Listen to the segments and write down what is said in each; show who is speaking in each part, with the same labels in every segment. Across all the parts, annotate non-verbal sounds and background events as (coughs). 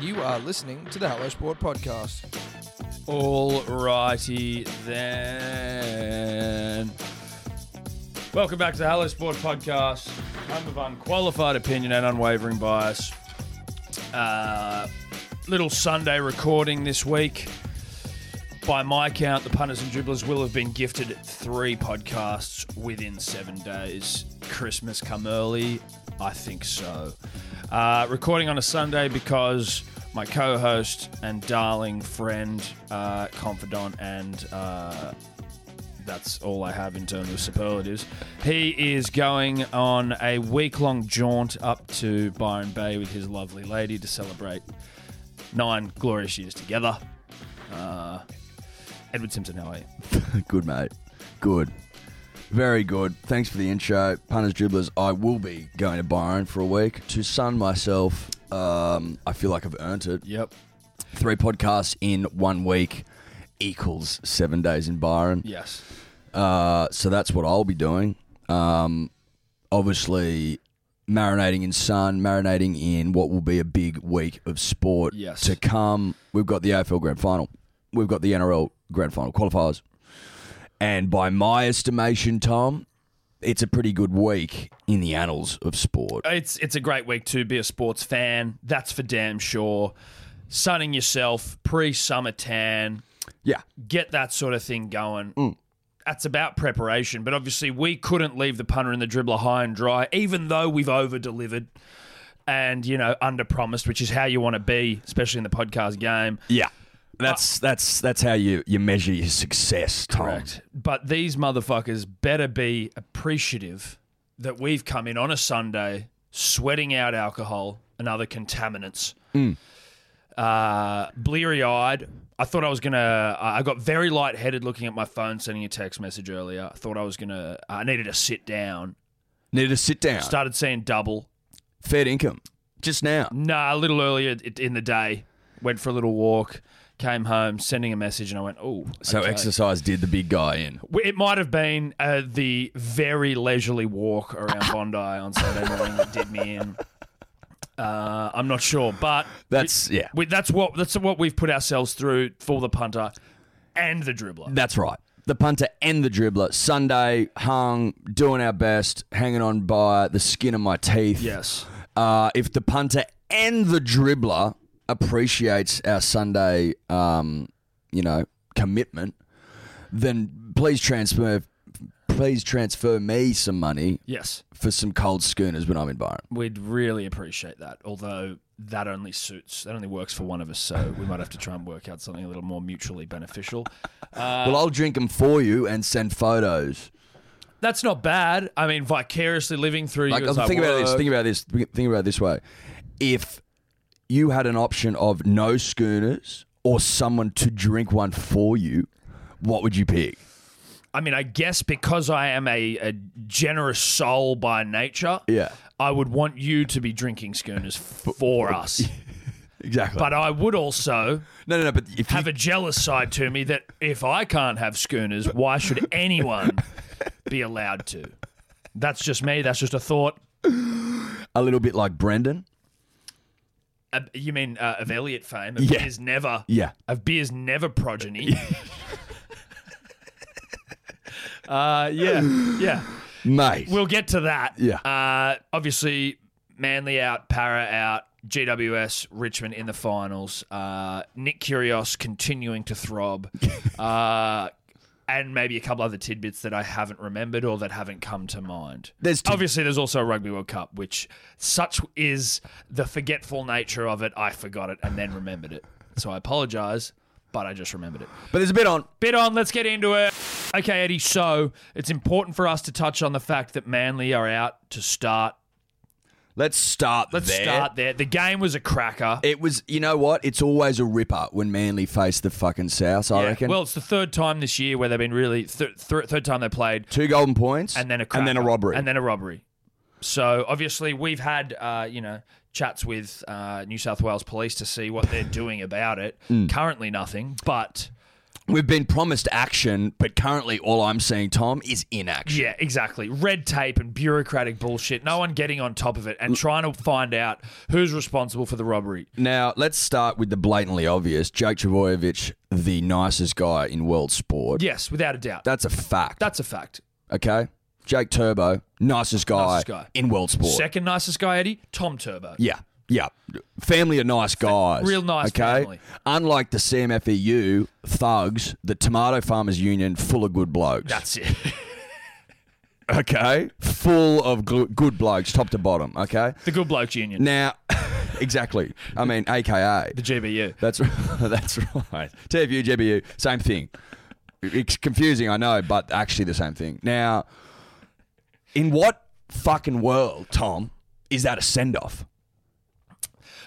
Speaker 1: You are listening to the Hello Sport Podcast.
Speaker 2: Alrighty then. Welcome back to the Hello Sport Podcast, home of unqualified opinion and unwavering bias. Uh, little Sunday recording this week. By my count, the punters and dribblers will have been gifted three podcasts within seven days. Christmas come early? I think so. Uh, recording on a Sunday because my co host and darling friend, uh, confidant, and uh, that's all I have in terms of superlatives. He is going on a week long jaunt up to Byron Bay with his lovely lady to celebrate nine glorious years together. Uh, Edward Simpson, how are you?
Speaker 3: Good, mate. Good. Very good. Thanks for the intro. Punters, dribblers, I will be going to Byron for a week to sun myself. Um, I feel like I've earned it.
Speaker 2: Yep.
Speaker 3: Three podcasts in one week equals seven days in Byron.
Speaker 2: Yes.
Speaker 3: Uh, so that's what I'll be doing. Um, obviously, marinating in sun, marinating in what will be a big week of sport
Speaker 2: Yes.
Speaker 3: to come. We've got the AFL Grand Final, we've got the NRL Grand Final qualifiers, and by my estimation, Tom, it's a pretty good week in the annals of sport.
Speaker 2: It's it's a great week to be a sports fan. That's for damn sure. Sunning yourself, pre-summer tan,
Speaker 3: Yeah,
Speaker 2: get that sort of thing going. That's about preparation. But obviously, we couldn't leave the punter and the dribbler high and dry, even though we've over delivered and, you know, under promised, which is how you want to be, especially in the podcast game.
Speaker 3: yeah. That's that's that's how you, you measure your success, Tom.
Speaker 2: Correct. Um, But these motherfuckers better be appreciative that we've come in on a Sunday sweating out alcohol and other contaminants. Uh, bleary eyed. I thought I was going to. I got very lightheaded looking at my phone, sending a text message earlier. I thought I was going to. I needed to sit down.
Speaker 3: Need to sit down.
Speaker 2: Started seeing double.
Speaker 3: Fed income. Just now.
Speaker 2: Nah, a little earlier i- in the day. Went for a little walk. Came home, sending a message, and I went, oh.
Speaker 3: So exercise did the big guy in.
Speaker 2: It might have been uh, the very leisurely walk
Speaker 3: (coughs)
Speaker 2: around Bondi on Saturday morning that did me in. Uh, I'm not sure, but
Speaker 3: That's yeah.
Speaker 2: we, that's what that's what we've put ourselves through for the punter and the dribbler.
Speaker 3: That's right. The punter and the dribbler. Sunday hung, doing our best, hanging on by the skin of my teeth.
Speaker 2: Yes,
Speaker 3: Uh, if the punter and the dribbler appreciates our Sunday, um, you know, commitment, then please transfer, please transfer me some money
Speaker 2: yes,
Speaker 3: for some cold schooners when I'm in Byron.
Speaker 2: we'd really appreciate that. Although that only suits that only works for one of us, so we might have to try and work out something a little more mutually beneficial.
Speaker 3: well, I'll drink them for you and send photos.
Speaker 2: That's not bad. I mean, vicariously living through
Speaker 3: Like,
Speaker 2: you. as I
Speaker 3: think about this.
Speaker 2: work.
Speaker 3: Think about this. Think think about it this way: if you had an option of no schooners or someone to drink one for you, what would you pick?
Speaker 2: I mean, I guess because I am a, a generous soul by nature,
Speaker 3: Yeah.
Speaker 2: I would want you to be drinking schooners for
Speaker 3: (laughs)
Speaker 2: us.
Speaker 3: Exactly.
Speaker 2: But I would also
Speaker 3: no, no, no. But if
Speaker 2: have
Speaker 3: you,
Speaker 2: a jealous side to me that if I can't have schooners, why
Speaker 3: (laughs)
Speaker 2: should anyone be allowed to? That's just me. That's just a thought.
Speaker 3: a little bit like Brendan,
Speaker 2: Uh, you mean uh, of Elliot fame? Of
Speaker 3: Yeah.
Speaker 2: beer's never.
Speaker 3: Yeah.
Speaker 2: Of beer's never
Speaker 3: (laughs)
Speaker 2: progeny. uh, yeah. Yeah.
Speaker 3: mate.
Speaker 2: We'll get to that.
Speaker 3: Yeah.
Speaker 2: Uh, obviously, Manly out, Para out, GWS, Richmond in the finals. Uh, Nick Kyrgios continuing to
Speaker 3: (laughs)
Speaker 2: throb. uh, and maybe a couple other tidbits that I haven't remembered or that haven't come to mind.
Speaker 3: There's two-
Speaker 2: Obviously, there's also a Rugby World Cup, which such is the forgetful nature of it. I forgot it and then remembered it. So I apologize, but I just remembered it.
Speaker 3: but there's a bit on.
Speaker 2: Bit on, let's get into it. Okay, Eddie, so it's important for us to touch on the fact that Manly are out to start.
Speaker 3: Let's start.
Speaker 2: Let's
Speaker 3: there.
Speaker 2: start there. The game was a cracker.
Speaker 3: It was, you know what? It's always a ripper when Manly face the fucking South. I
Speaker 2: Yeah.
Speaker 3: reckon.
Speaker 2: Well, it's the third time this year where they've been really, th- th- third time they played,
Speaker 3: two golden points,
Speaker 2: and then a
Speaker 3: and then a
Speaker 2: cracker.
Speaker 3: robbery.
Speaker 2: And then a robbery. So obviously, we've had, uh, you know, chats with
Speaker 3: Mm.
Speaker 2: uh, New South Wales police to see what they're doing about it. Currently, nothing, but
Speaker 3: We've been promised action, but currently all I'm seeing, Tom, is inaction.
Speaker 2: Yeah, exactly. Red tape and bureaucratic bullshit. No one getting on top of it and trying to find out who's responsible for the robbery.
Speaker 3: Now, let's start with the blatantly obvious. Jake Travojevic, the nicest guy in world sport.
Speaker 2: Yes, without a doubt.
Speaker 3: That's a fact.
Speaker 2: That's a fact.
Speaker 3: okay? Jake Turbo, nicest guy,
Speaker 2: Nicest guy.
Speaker 3: in world sport.
Speaker 2: Second nicest guy, Eddie, Tom Turbo.
Speaker 3: Yeah. Yeah. Family are nice guys.
Speaker 2: real nice family.
Speaker 3: Unlike the CMFEU E thugs, the Tomato Farmers Union, full of good blokes.
Speaker 2: That's it.
Speaker 3: (laughs)
Speaker 2: (laughs)
Speaker 3: okay. Full of gl- good blokes, top to bottom. Okay.
Speaker 2: the Good Blokes Union.
Speaker 3: Now, (laughs) exactly. I mean, AKA.
Speaker 2: The GBU.
Speaker 3: That's (laughs) that's right. TFU, GBU, same thing. It's confusing, I know, but actually the same thing. Now, in what fucking world, Tom, is that a send off?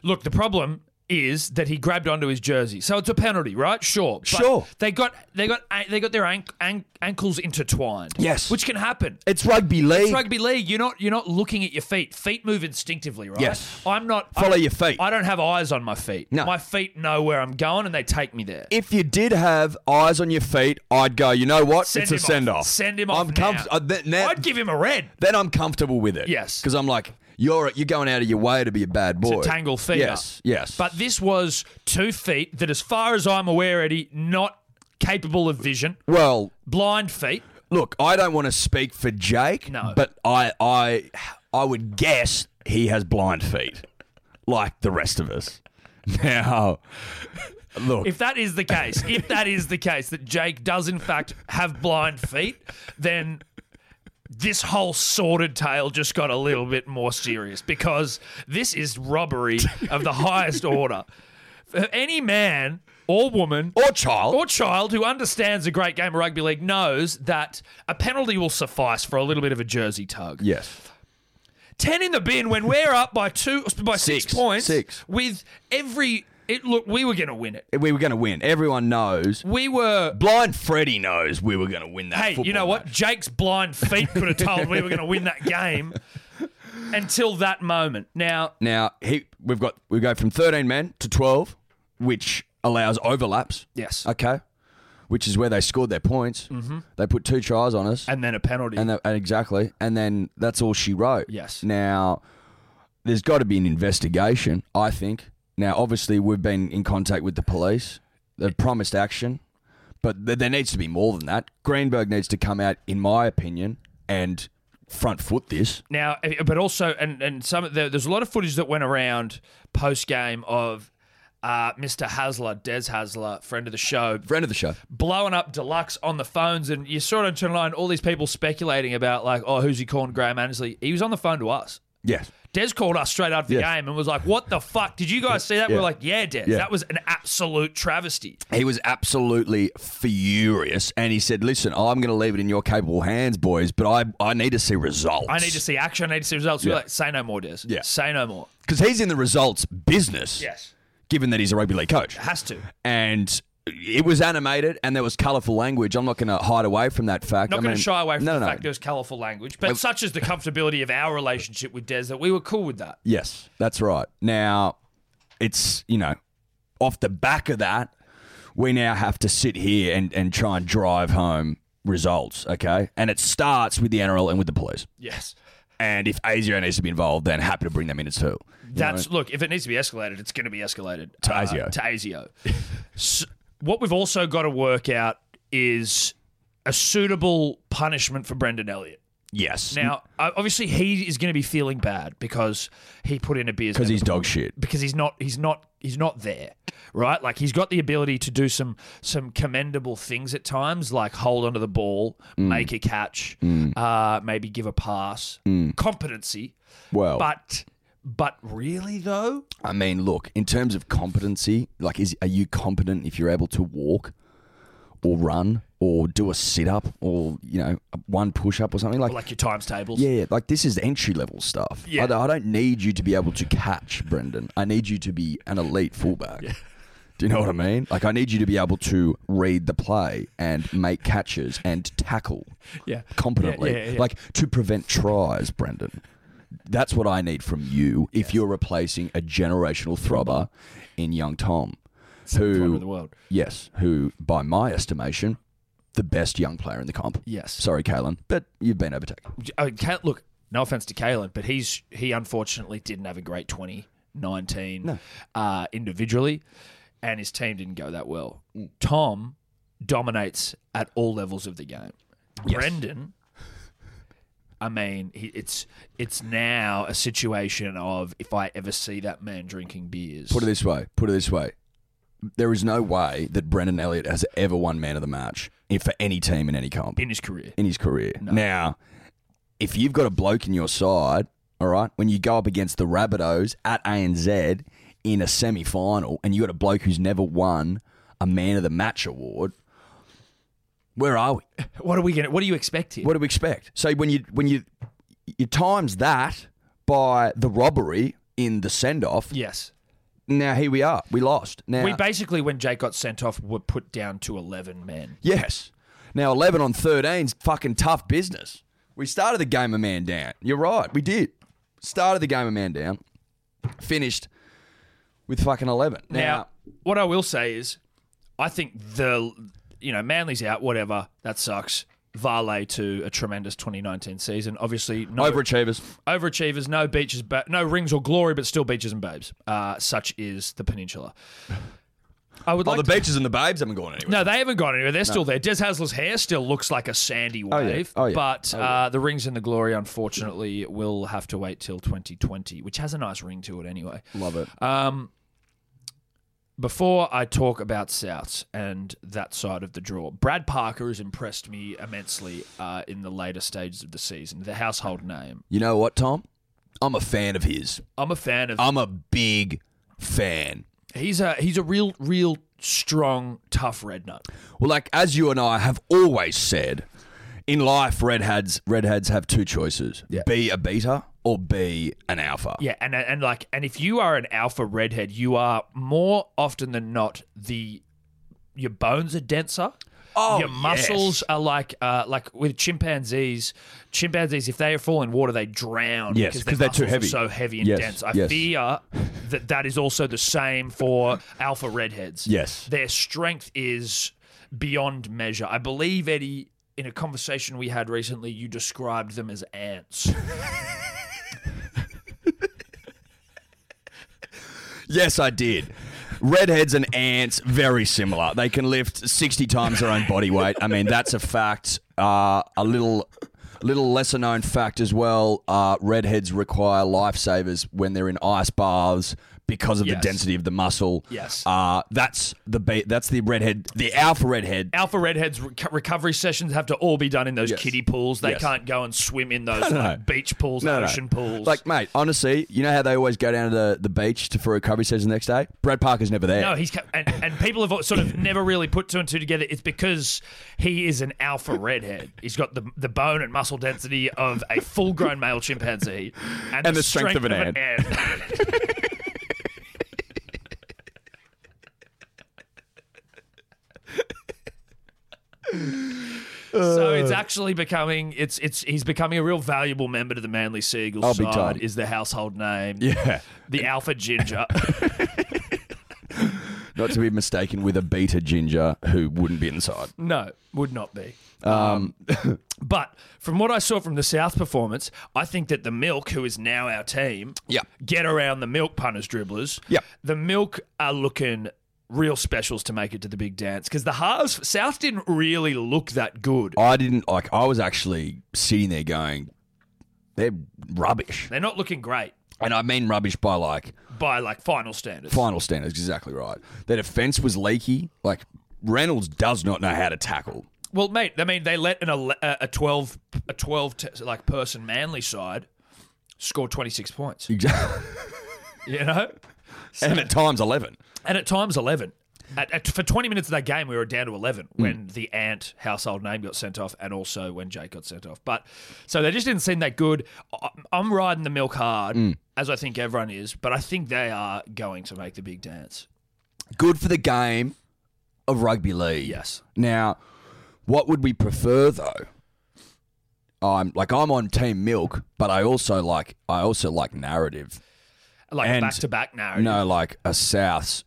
Speaker 2: Look, the problem is that he grabbed onto his jersey, so it's a penalty, right? Sure, But
Speaker 3: Sure.
Speaker 2: They got they got they got their ank, ank, ankles intertwined.
Speaker 3: Yes.
Speaker 2: which can happen.
Speaker 3: It's rugby league.
Speaker 2: It's rugby league. You're not you're not looking at your feet. Feet move instinctively, right?
Speaker 3: Yes.
Speaker 2: I'm not
Speaker 3: Follow
Speaker 2: I-
Speaker 3: your feet.
Speaker 2: I don't have eyes on my feet.
Speaker 3: No.
Speaker 2: My feet know where I'm going and they take me there.
Speaker 3: if you did have eyes on your feet, I'd go, you know what?
Speaker 2: Send
Speaker 3: it's a
Speaker 2: him off.
Speaker 3: send off.
Speaker 2: Send him off
Speaker 3: I'm
Speaker 2: now.
Speaker 3: uh, th- now-
Speaker 2: I'd give him a red.
Speaker 3: then I'm comfortable with it.
Speaker 2: Yes.
Speaker 3: Because I'm like, you're you're going out of your way to be a bad boy.
Speaker 2: Tangle feet.
Speaker 3: Yes.
Speaker 2: up.
Speaker 3: Yes.
Speaker 2: But this was two feet that, as far as I'm aware, Eddie, not capable of vision,
Speaker 3: well,
Speaker 2: blind feet.
Speaker 3: look, I don't want to speak for Jake,
Speaker 2: No.
Speaker 3: but I I I would guess he has blind feet, like the rest of us. Now, look,
Speaker 2: If that is the case, if that is the case that Jake does in fact have blind feet, then this whole sordid tale just got a little bit more serious because this is robbery of the highest order. For any man or woman
Speaker 3: or child,
Speaker 2: or child who understands a great game of rugby league knows that a penalty will suffice for a little bit of a jersey tug.
Speaker 3: yes,
Speaker 2: 10 in the bin when we're up by two by 6,
Speaker 3: Six.
Speaker 2: points
Speaker 3: Six.
Speaker 2: with every it look we were going to win it.
Speaker 3: we were going to win. Everyone knows.
Speaker 2: We were
Speaker 3: Blind Freddy knows we were going to win that.
Speaker 2: Hey, you
Speaker 3: football
Speaker 2: know what?
Speaker 3: match.
Speaker 2: Jake's blind feet could have told we were going to win that game until that moment. Now,
Speaker 3: Now he, we've got we go from thirteen men to twelve, which allows overlaps.
Speaker 2: yes,
Speaker 3: Okay, which is where they scored their points. Mm-hmm. They put two tries on us.
Speaker 2: and then a penalty.
Speaker 3: And, that, and exactly. And then that's all she wrote.
Speaker 2: Yes.
Speaker 3: Now, there's got to be an investigation, I think. Now, obviously, we've been in contact with the police. They've promised action, but th- there needs to be more than that. Greenberg needs to come out, in my opinion, and front foot this.
Speaker 2: now, eh, but also, and and some there, there's a lot of footage that went around post game of uh, Mr. Hasler, Des Hasler, friend of the show,
Speaker 3: Friend of the show.
Speaker 2: blowing up deluxe on the phones, and you saw it on Channel Nine. All these people speculating about like, oh, who's he calling? Graham Annesley. He was on the phone to us.
Speaker 3: Yes.
Speaker 2: Des called us straight after the
Speaker 3: Yes.
Speaker 2: game and was like, "What the fuck? Did you guys see that?"
Speaker 3: Yeah.
Speaker 2: We're like, "Yeah, Des,
Speaker 3: Yeah.
Speaker 2: that was an absolute travesty."
Speaker 3: He was absolutely furious, and he said, "Listen, I'm going to leave it in your capable hands, boys, but I, I need to see results.
Speaker 2: I need to see action. I need to see results. We're like, say no more, Des.
Speaker 3: Yeah.
Speaker 2: Say no more.
Speaker 3: because he's in the results business.
Speaker 2: Yes.
Speaker 3: given that he's a rugby league coach.
Speaker 2: Has to.
Speaker 3: And it was animated and there was colourful language. I'm not going to hide away from that fact.
Speaker 2: Not
Speaker 3: I
Speaker 2: going
Speaker 3: mean-
Speaker 2: to shy away from
Speaker 3: no,
Speaker 2: the
Speaker 3: no,
Speaker 2: fact
Speaker 3: No.
Speaker 2: there's colourful language, but such is the comfortability of our relationship with Des that we were cool with that.
Speaker 3: Yes, that's right. Now, it's, you know, off the back of that, we now have to sit here and, and try and drive home results, okay? And it starts with the NRL and with the police.
Speaker 2: Yes.
Speaker 3: And if ASIO needs to be involved, then happy to bring them in as too.
Speaker 2: That's look. If it needs to be escalated, it's going to be escalated to
Speaker 3: ASIO.
Speaker 2: To ASIO. S- what we've also got to work out is a suitable punishment for Brendan Elliott.
Speaker 3: Yes.
Speaker 2: Now, o- obviously, he is going to be feeling bad because he put in a beer
Speaker 3: Because he's dog shit.
Speaker 2: because he's not he's not he's not there right like he's got the ability to do some some commendable things at times like hold onto the ball make a catch uh, maybe give a pass competency
Speaker 3: Well,
Speaker 2: but but really though
Speaker 3: I mean, look, in terms of competency, like, is are you competent if you're able to walk or run or do a sit up or you know one push up or something like?
Speaker 2: like your times tables
Speaker 3: yeah, yeah, like this is entry level stuff.
Speaker 2: Yeah.
Speaker 3: I, don't- I don't need you to be able to catch, Brendan. I need you to be an elite fullback. Do you know what I mean? Like, I need you to be able to read the play and make catches and tackle
Speaker 2: Yeah.
Speaker 3: competently.
Speaker 2: Yeah, yeah, yeah.
Speaker 3: Like, to prevent tries, Brendan. That's what I need from you if you're replacing a generational throbber in young Tom.
Speaker 2: Seventh
Speaker 3: Who-
Speaker 2: player in the world.
Speaker 3: Yes, who, by my estimation, the best young player in the comp.
Speaker 2: Yes.
Speaker 3: Sorry, Kalen, but you've been overtaken.
Speaker 2: I mean, Cal- look, no offense to Kalen, but he's he unfortunately didn't have a great 2019 uh, individually, and his team didn't go that well. Tom dominates at all levels of the game. Brendan, I mean, he, it's it's now a situation of if I ever see that man drinking beers,
Speaker 3: Put it this way. Put it this way. There is no way that Brendan Elliott has ever won man of the match in, for any team in any comp
Speaker 2: in his career.
Speaker 3: in his career. Now, if you've got a bloke in your side, all right, when you go up against the Rabbitohs at ANZ in a semi final and you got a bloke who's never won a man of the match award, where are we?
Speaker 2: What are we gonna? What do you expect here?
Speaker 3: What do we expect? So when you when you you times that by the robbery in the send off,
Speaker 2: Yes.
Speaker 3: now here we are. We lost. Now
Speaker 2: We basically, when Jake got sent off, were put down to 11 men.
Speaker 3: Yes. Now eleven on thirteen's fucking tough business. We started the game a man down. You're right. We did. Started the game a man down. Finished with fucking eleven. Now,
Speaker 2: Now, what I will say is, I think the you know Manly's out. Whatever that sucks. Vale to a tremendous 2019 season. Obviously, no
Speaker 3: overachievers.
Speaker 2: overachievers, no beaches, ba- no rings or glory, but still beaches and babes. Uh, such is the peninsula. I would
Speaker 3: Oh,
Speaker 2: like.
Speaker 3: the
Speaker 2: to-
Speaker 3: beaches and the babes haven't gone anywhere.
Speaker 2: no, they haven't gone anywhere. They're still there. Des Hasler's hair still looks like a sandy
Speaker 3: yeah.
Speaker 2: wave,
Speaker 3: Oh, yeah.
Speaker 2: but Uh, the rings and the glory, unfortunately, will have to wait till 2020, which has a nice ring to it anyway.
Speaker 3: Love it.
Speaker 2: Um, before I talk about Souths and that side of the draw, Brad Parker has impressed me immensely uh, in the later stages of the season. The household name.
Speaker 3: you know what, Tom? I'm a fan of his.
Speaker 2: I'm a fan of.
Speaker 3: I'm a big fan.
Speaker 2: he's a he's a real real strong tough red nut.
Speaker 3: Well, like as you and I have always said, in life, redheads redheads have two choices: be a beta or be an alpha.
Speaker 2: Yeah, and and like and if you are an alpha redhead, you are more often than not the your bones are denser.
Speaker 3: Oh,
Speaker 2: your
Speaker 3: yes.
Speaker 2: muscles are like uh, like with chimpanzees. Chimpanzees, if they fall in water, they drown.
Speaker 3: Yes, 'cause
Speaker 2: their
Speaker 3: they're too
Speaker 2: muscles are so
Speaker 3: heavy.
Speaker 2: heavy and
Speaker 3: Yes,
Speaker 2: dense. I
Speaker 3: yes.
Speaker 2: fear that that is also the same for alpha redheads.
Speaker 3: Yes.
Speaker 2: their strength is beyond measure. I believe Eddie. In a conversation we had recently, you described them as ants.
Speaker 3: Yes, I did. Redheads and ants very similar. They can lift sixty times their own body weight. I mean, that's a fact. Uh, a little. Little lesser known fact as well, uh, redheads require lifesavers when they're in ice baths because of
Speaker 2: Yes.
Speaker 3: the density of the muscle.
Speaker 2: Yes.
Speaker 3: Uh, that's the ba- that's the redhead, the alpha redhead
Speaker 2: Alpha Redheads reco- recovery sessions have to all be done in those
Speaker 3: Yes.
Speaker 2: kiddie pools. They
Speaker 3: Yes.
Speaker 2: can't go and swim in those
Speaker 3: no,
Speaker 2: like,
Speaker 3: no.
Speaker 2: beach pools,
Speaker 3: No, no.
Speaker 2: ocean pools.
Speaker 3: Like, mate, honestly, you know how they always go down to the, the beach to, for a recovery session the next day? Brad Parker's never there.
Speaker 2: no, he's ca- and, and people have sort of never really put two and two together. It's because he is an alpha redhead. He's got the the bone and muscle density of a full grown male chimpanzee and,
Speaker 3: the strength of an
Speaker 2: ant. So
Speaker 3: Uh.
Speaker 2: it's actually becoming it's it's he's becoming a real valuable member to the Manly Seagulls
Speaker 3: Oh, big
Speaker 2: side.
Speaker 3: time.
Speaker 2: Is the household name
Speaker 3: Yeah.
Speaker 2: the Alpha Ginger?
Speaker 3: Not to be mistaken with a beta ginger who wouldn't be inside.
Speaker 2: No, would not be. Um, (laughs) but from what I saw from the South performance, I think that the Milk, who is now our team,
Speaker 3: Yeah.
Speaker 2: get around the Milk punters dribblers.
Speaker 3: Yeah.
Speaker 2: the Milk are looking real specials to make it to the big dance because the halves South didn't really look that good.
Speaker 3: I didn't, like, I was actually sitting there going, they're rubbish.
Speaker 2: They're not looking great
Speaker 3: And I mean rubbish by, like,
Speaker 2: by like final standards.
Speaker 3: final standards. Exactly right. Their defense was leaky. Like, Reynolds does not know how to tackle.
Speaker 2: Well, mate, I mean they let an ele- a a twelve a twelve t- like person Manly side score twenty six points.
Speaker 3: Exactly.
Speaker 2: You know.
Speaker 3: (laughs) and at times 11.
Speaker 2: And at times, 11. At, at, for 20 minutes of that game, we were down to 11
Speaker 3: Hmm.
Speaker 2: when the Ant household name got sent off and also when Jake got sent off. But so they just didn't seem that good. I- I'm riding the milk hard,
Speaker 3: Hmm.
Speaker 2: as I think everyone is, but I think they are going to make the big dance.
Speaker 3: Good for the game of rugby league.
Speaker 2: Yes.
Speaker 3: Now, what would we prefer though? I'm like I'm on team milk, but I also like I also like narrative.
Speaker 2: Like
Speaker 3: And-
Speaker 2: Oh, back to back narrative.
Speaker 3: No, like a Souths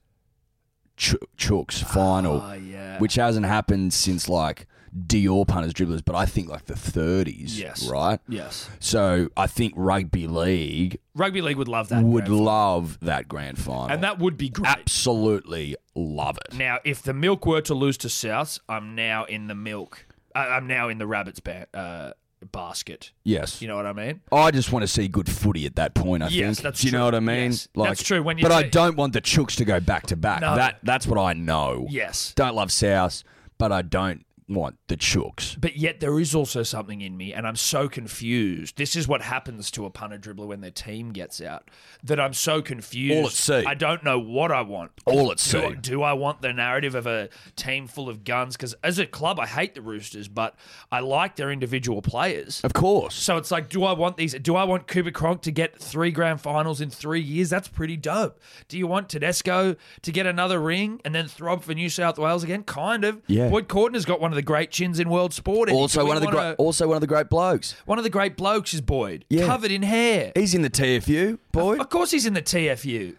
Speaker 3: Ch- Chooks final,
Speaker 2: Ah, yeah.
Speaker 3: which hasn't happened since like Dior punters dribblers, but I think like the 30s,
Speaker 2: Yes.
Speaker 3: right?
Speaker 2: Yes.
Speaker 3: So I think rugby league
Speaker 2: Rugby league would love that.
Speaker 3: would
Speaker 2: grand final.
Speaker 3: love that grand final.
Speaker 2: and that would be great.
Speaker 3: absolutely love it.
Speaker 2: Now, if the milk were to lose to Souths, I'm now in the milk. I, I'm now in the rabbits ba- uh, basket.
Speaker 3: Yes.
Speaker 2: You know what I mean?
Speaker 3: I just want to see good footy at that point. I
Speaker 2: Yes,
Speaker 3: think.
Speaker 2: that's
Speaker 3: Do you
Speaker 2: true.
Speaker 3: know what I mean?
Speaker 2: Yes, that's true. When you
Speaker 3: but I
Speaker 2: say-
Speaker 3: don't want the Chooks to go back to back.
Speaker 2: No.
Speaker 3: That that's what I know.
Speaker 2: Yes.
Speaker 3: Don't love South, but I don't want the Chooks.
Speaker 2: But yet there is also something in me, and I'm so confused. This is what happens to a punter dribbler when their team gets out. That I'm so confused.
Speaker 3: All at sea.
Speaker 2: I don't know what I want.
Speaker 3: All at
Speaker 2: Do,
Speaker 3: sea.
Speaker 2: do I want the narrative of a team full of guns? Because as a club, I hate the Roosters, but I like their individual players.
Speaker 3: Of course.
Speaker 2: So it's like, do I want these? Do I want Cooper Cronk to get three grand finals in three years? That's pretty dope. Do you want Tedesco to get another ring and then throb for New South Wales again? Kind of.
Speaker 3: Yeah.
Speaker 2: Boyd Corden has got one of the great chins in world sport. And do
Speaker 3: Also
Speaker 2: we
Speaker 3: one of the
Speaker 2: wanna-
Speaker 3: great, also one of the great blokes.
Speaker 2: one of the great blokes is Boyd,
Speaker 3: Yeah.
Speaker 2: covered in hair.
Speaker 3: He's in the TFU,
Speaker 2: (laughs)
Speaker 3: boy.
Speaker 2: Of course, he's in the TFU.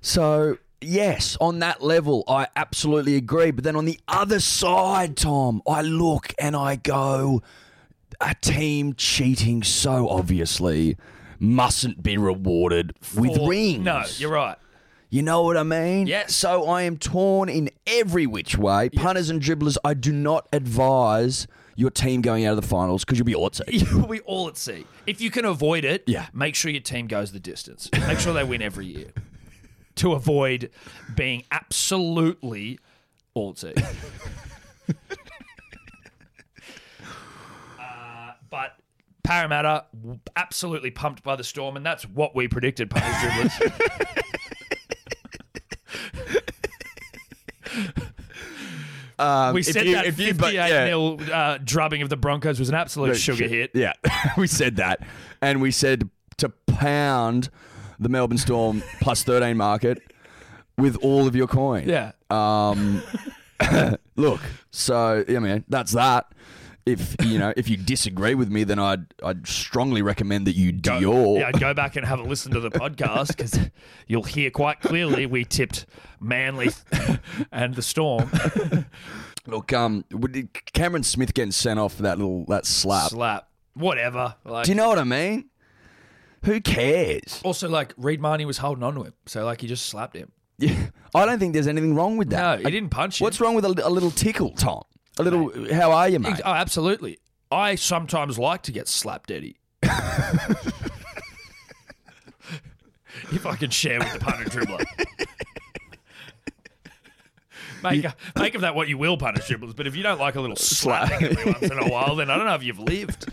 Speaker 3: So yes, on that level, I absolutely agree. But then on the other side, Tom, I look and I go, a team cheating so obviously mustn't be rewarded with
Speaker 2: Or-
Speaker 3: rings.
Speaker 2: No, you're right.
Speaker 3: You know what I mean?
Speaker 2: Yes.
Speaker 3: So I am torn in every which way. Punters and dribblers, I do not advise your team going out of the finals because you'll be
Speaker 2: (laughs)
Speaker 3: ortsy.
Speaker 2: we all at sea. If you can avoid it,
Speaker 3: Yeah.
Speaker 2: make sure your team goes the distance. Make sure they win every year to avoid being absolutely all at sea. (laughs) Uh, but Parramatta, w- absolutely pumped by the storm, and that's what we predicted, punters dribblers. we said that 58 nil uh, drubbing of the Broncos was an absolute sugar hit.
Speaker 3: Oh, Yeah, (laughs) we said that, and we said to pound the
Speaker 2: (laughs)
Speaker 3: Melbourne Storm plus thirteen market with all of your coin.
Speaker 2: Yeah.
Speaker 3: Um, look, so yeah, man, that's that. If you know, if you disagree with me, then I'd I'd strongly recommend that you
Speaker 2: go-
Speaker 3: Dior.
Speaker 2: Yeah, go back and have a listen to the podcast because you'll hear quite clearly we tipped Manly (laughs) and the Storm
Speaker 3: Look, um, would- Cameron Smith getting sent off for that little that slap.
Speaker 2: slap. Whatever. Like,
Speaker 3: Do you know what I mean? Who cares?
Speaker 2: also, like Reed Marnie was holding on to him, so like he just slapped him.
Speaker 3: Yeah, I don't think there's anything wrong with
Speaker 2: No,
Speaker 3: that.
Speaker 2: he didn't punch him.
Speaker 3: What's wrong with a, a little tickle, Tom? A little. How are you, mate?
Speaker 2: Oh, absolutely. I sometimes like to get slapped, Eddie. (laughs) if I can share with the punter dribbler. Make, make of that what you will, punter dribblers, but if you don't like a little slapping every once
Speaker 3: (laughs)
Speaker 2: in a while, then I don't know if you've lived.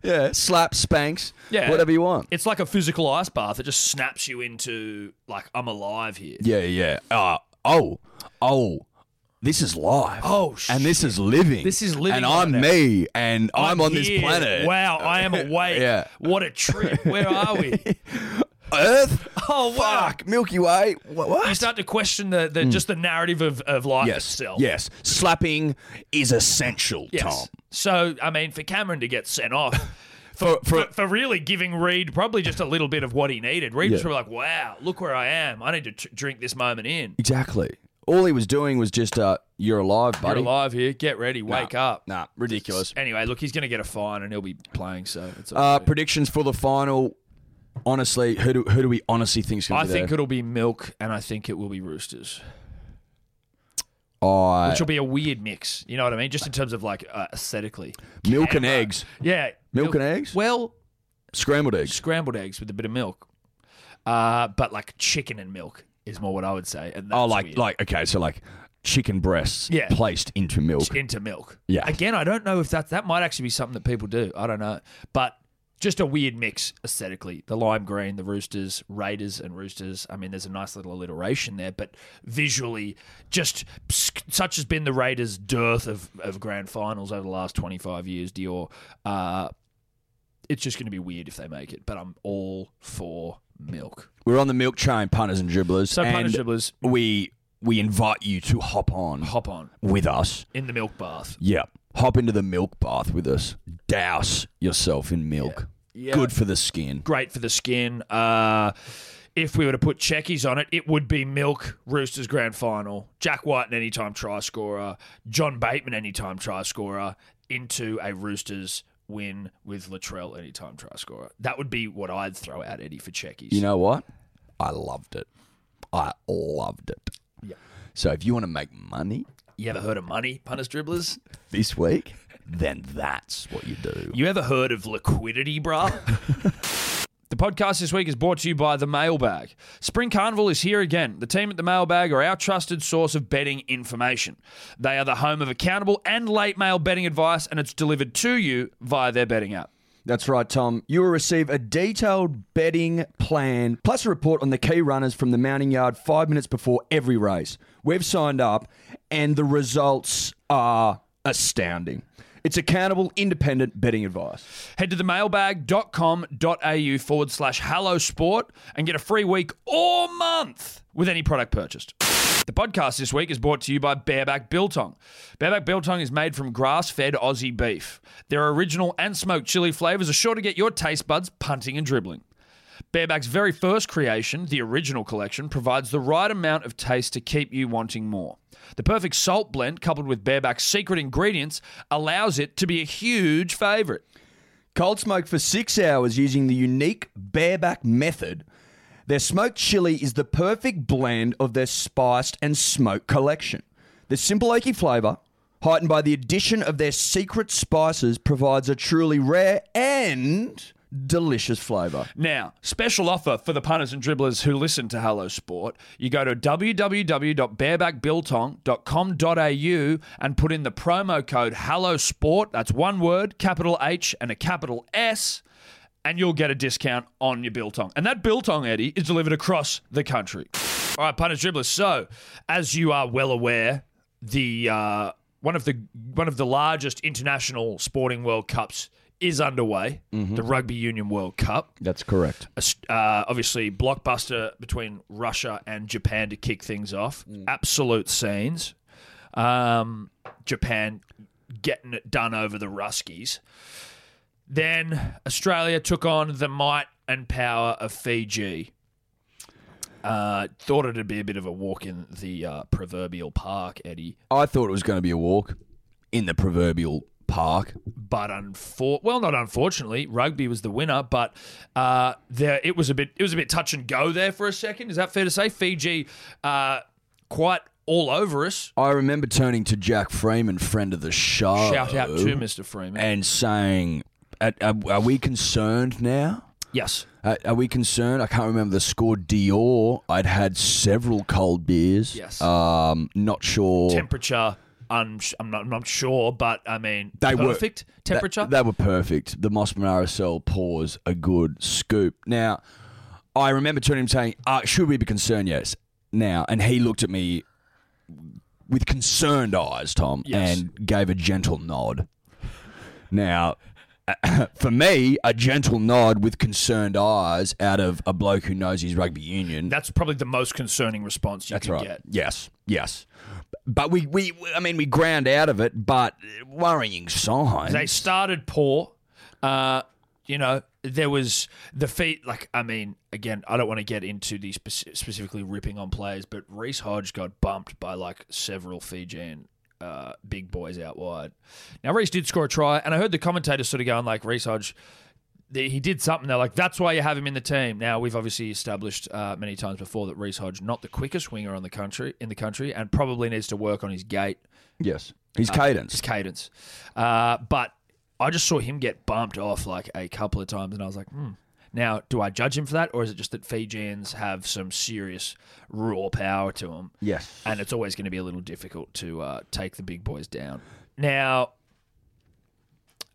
Speaker 3: Yeah, slap, spanks,
Speaker 2: Yeah.
Speaker 3: whatever you want.
Speaker 2: It's like a physical ice bath. It just snaps you into, like, I'm alive here.
Speaker 3: Yeah, yeah. Uh, oh, oh, this is life.
Speaker 2: Oh,
Speaker 3: and this is living.
Speaker 2: This is living
Speaker 3: And
Speaker 2: right
Speaker 3: I'm
Speaker 2: now.
Speaker 3: me, and I'm, on this
Speaker 2: here.
Speaker 3: planet.
Speaker 2: Wow, I am awake.
Speaker 3: (laughs) Yeah.
Speaker 2: What a trip. Where are
Speaker 3: (laughs)
Speaker 2: we?
Speaker 3: Earth.
Speaker 2: (laughs) Oh, wow.
Speaker 3: Fuck, Milky Way. What?
Speaker 2: you
Speaker 3: what?
Speaker 2: start to question the, the just the narrative of, of life
Speaker 3: Hmm. Yes,
Speaker 2: itself.
Speaker 3: yes. Slapping is essential,
Speaker 2: Yes.
Speaker 3: Tom.
Speaker 2: So I mean, for Cameron to get sent
Speaker 3: (laughs)
Speaker 2: off
Speaker 3: For, for,
Speaker 2: for, for really giving Reed probably just a little bit of what he needed. Reed was
Speaker 3: Yeah.
Speaker 2: probably like, "Wow, look where I am. I need to tr- drink this moment in.
Speaker 3: exactly. All he was doing was just, uh, you're alive,
Speaker 2: You're
Speaker 3: buddy.
Speaker 2: alive here. Get ready. Wake up."
Speaker 3: Nah, ridiculous.
Speaker 2: Anyway, look, he's going to get a fine and he'll be playing. So it's all
Speaker 3: Uh,
Speaker 2: good.
Speaker 3: predictions for the final. Honestly, who do who do we honestly think's going
Speaker 2: I
Speaker 3: to be
Speaker 2: think
Speaker 3: there?
Speaker 2: it'll be milk, and I think it will be roosters,
Speaker 3: I
Speaker 2: which will be a weird mix. You know what I mean? Just in terms of like uh, aesthetically,
Speaker 3: milk and
Speaker 2: Canberra.
Speaker 3: eggs,
Speaker 2: yeah.
Speaker 3: Milk and eggs?
Speaker 2: Well,
Speaker 3: scrambled eggs.
Speaker 2: scrambled eggs with a bit of milk. Uh, but like chicken and milk is more what I would say. And that's
Speaker 3: Oh, like
Speaker 2: weird.
Speaker 3: like okay, so like chicken breasts
Speaker 2: Yeah.
Speaker 3: placed into milk.
Speaker 2: into milk.
Speaker 3: Yeah.
Speaker 2: Again, I don't know if that that might actually be something that people do. I don't know, but just a weird mix aesthetically. The lime green, the roosters, raiders, and roosters. I mean, there's a nice little alliteration there, but visually, just psk, such has been the raiders' dearth of of grand finals over the last 25 years. Dior. Uh, it's just going to be weird if they make it, but I'm all for milk.
Speaker 3: We're on the milk train, punters and dribblers.
Speaker 2: So
Speaker 3: and
Speaker 2: punters, dribblers,
Speaker 3: we we invite you to hop on
Speaker 2: hop on
Speaker 3: with us.
Speaker 2: in the milk bath.
Speaker 3: Yeah, hop into the milk bath with us. Douse yourself in milk.
Speaker 2: Yeah.
Speaker 3: Good for the skin.
Speaker 2: Great for the skin. Uh, if we were to put checkies on it, it would be Milk, Roosters grand final, Jack White an anytime try scorer, John Bateman anytime try scorer, into a Roosters win with Latrell anytime try scorer. That would be what I'd throw out, Eddie, for checkies.
Speaker 3: You know what? I loved it. I loved it.
Speaker 2: Yeah.
Speaker 3: So if you want to make money
Speaker 2: You ever heard of money, punters, dribblers?
Speaker 3: this week, then that's what you do.
Speaker 2: You ever heard of liquidity, bruh? (laughs) the podcast this week is brought to you by The Mailbag. Spring Carnival is here again. The team at The Mailbag are our trusted source of betting information. They are the home of accountable and late mail betting advice, and it's delivered to you via their betting app.
Speaker 3: That's right, Tom. You will receive a detailed betting plan plus a report on the key runners from the mounting yard five minutes before every race. We've signed up, and the results are astounding. It's accountable, independent betting advice.
Speaker 2: Head to themailbag.com.au forward slash hello sport and get a free week or month with any product purchased. The podcast this week is brought to you by Bareback Biltong. Bareback Biltong is made from grass fed Aussie beef. Their original and smoked chili flavors are sure to get your taste buds punting and dribbling. Bareback's very first creation, the original collection, provides the right amount of taste to keep you wanting more. The perfect salt blend, coupled with Bareback's secret ingredients, allows it to be a huge favorite.
Speaker 3: Cold smoke for six hours using the unique bareback method. Their smoked chili is the perfect blend of their spiced and smoked collection. The simple oaky flavour, heightened by the addition of their secret spices, provides a truly rare and delicious flavour.
Speaker 2: Now, special offer for the punters and dribblers who listen to Hello Sport. You go to www.barebackbiltong.com.au and put in the promo code Hello Sport. That's one word, capital H and a capital S, and you'll get a discount on your biltong. And that biltong, Eddie, is delivered across the country. All right, punters dribblers. So, as you are well aware, the uh, one of the one of the largest international sporting World Cups is underway. The Rugby Union World Cup
Speaker 3: That's correct.
Speaker 2: a st- uh, obviously blockbuster between Russia and Japan to kick things off. Absolute scenes. Um, Japan getting it done over the Ruskies. Then Australia took on the might and power of Fiji. Uh, thought it'd be a bit of a walk in the uh, proverbial park, Eddie.
Speaker 3: I thought it was going to be a walk in the proverbial park.
Speaker 2: but unfor- well, not unfortunately, rugby was the winner. But uh, there, it was a bit, it was a bit touch and go there for a second. Is that fair to say? Fiji, uh, quite all over us.
Speaker 3: I remember turning to Jack Freeman, friend of the show.
Speaker 2: Shout out
Speaker 3: Oh.
Speaker 2: to Mr. Freeman.
Speaker 3: and saying, are, are, are we concerned now?
Speaker 2: yes,
Speaker 3: Uh, are we concerned? I can't remember the score. Dior, I'd had several cold beers.
Speaker 2: Yes.
Speaker 3: Um, not sure.
Speaker 2: temperature. I'm, sh- I'm not, I'm not sure, but I mean,
Speaker 3: They were-
Speaker 2: perfect
Speaker 3: That-
Speaker 2: temperature.
Speaker 3: They, were perfect. The Mossman RSL pours a good scoop. Now, I remember turning to him saying, uh, should we be concerned? Yes. Now, and he looked at me with concerned eyes, Tom,
Speaker 2: Yes.
Speaker 3: and gave a gentle nod. Now, (coughs) for me, a gentle nod with concerned eyes out of a bloke who knows his rugby union
Speaker 2: That's probably the most concerning response you
Speaker 3: That's
Speaker 2: could
Speaker 3: right.
Speaker 2: get.
Speaker 3: Yes, yes. But we, we, I mean, we ground out of it, but worrying signs.
Speaker 2: They started poor. Uh, you know, there was the feet. Like, I mean, again, I don't want to get into the speci- specifically ripping on players, but Reese Hodge got bumped by like several Fijian uh, big boys out wide. Now, Reese did score a try, and I heard the commentators sort of going like, Reese Hodge. th- He did something. They're like, that's why you have him in the team. Now we've obviously established uh, many times before that Reese Hodge not the quickest winger on the country in the country, and probably needs to work on his gait
Speaker 3: yes,
Speaker 2: Uh,
Speaker 3: his cadence.
Speaker 2: his cadence. Uh, but I just saw him get bumped off like a couple of times, and I was like, hmm. Now, do I judge him for that, or is it just that Fijians have some serious raw power to them?
Speaker 3: Yes.
Speaker 2: and it's always going to be a little difficult to uh, take the big boys down. Now,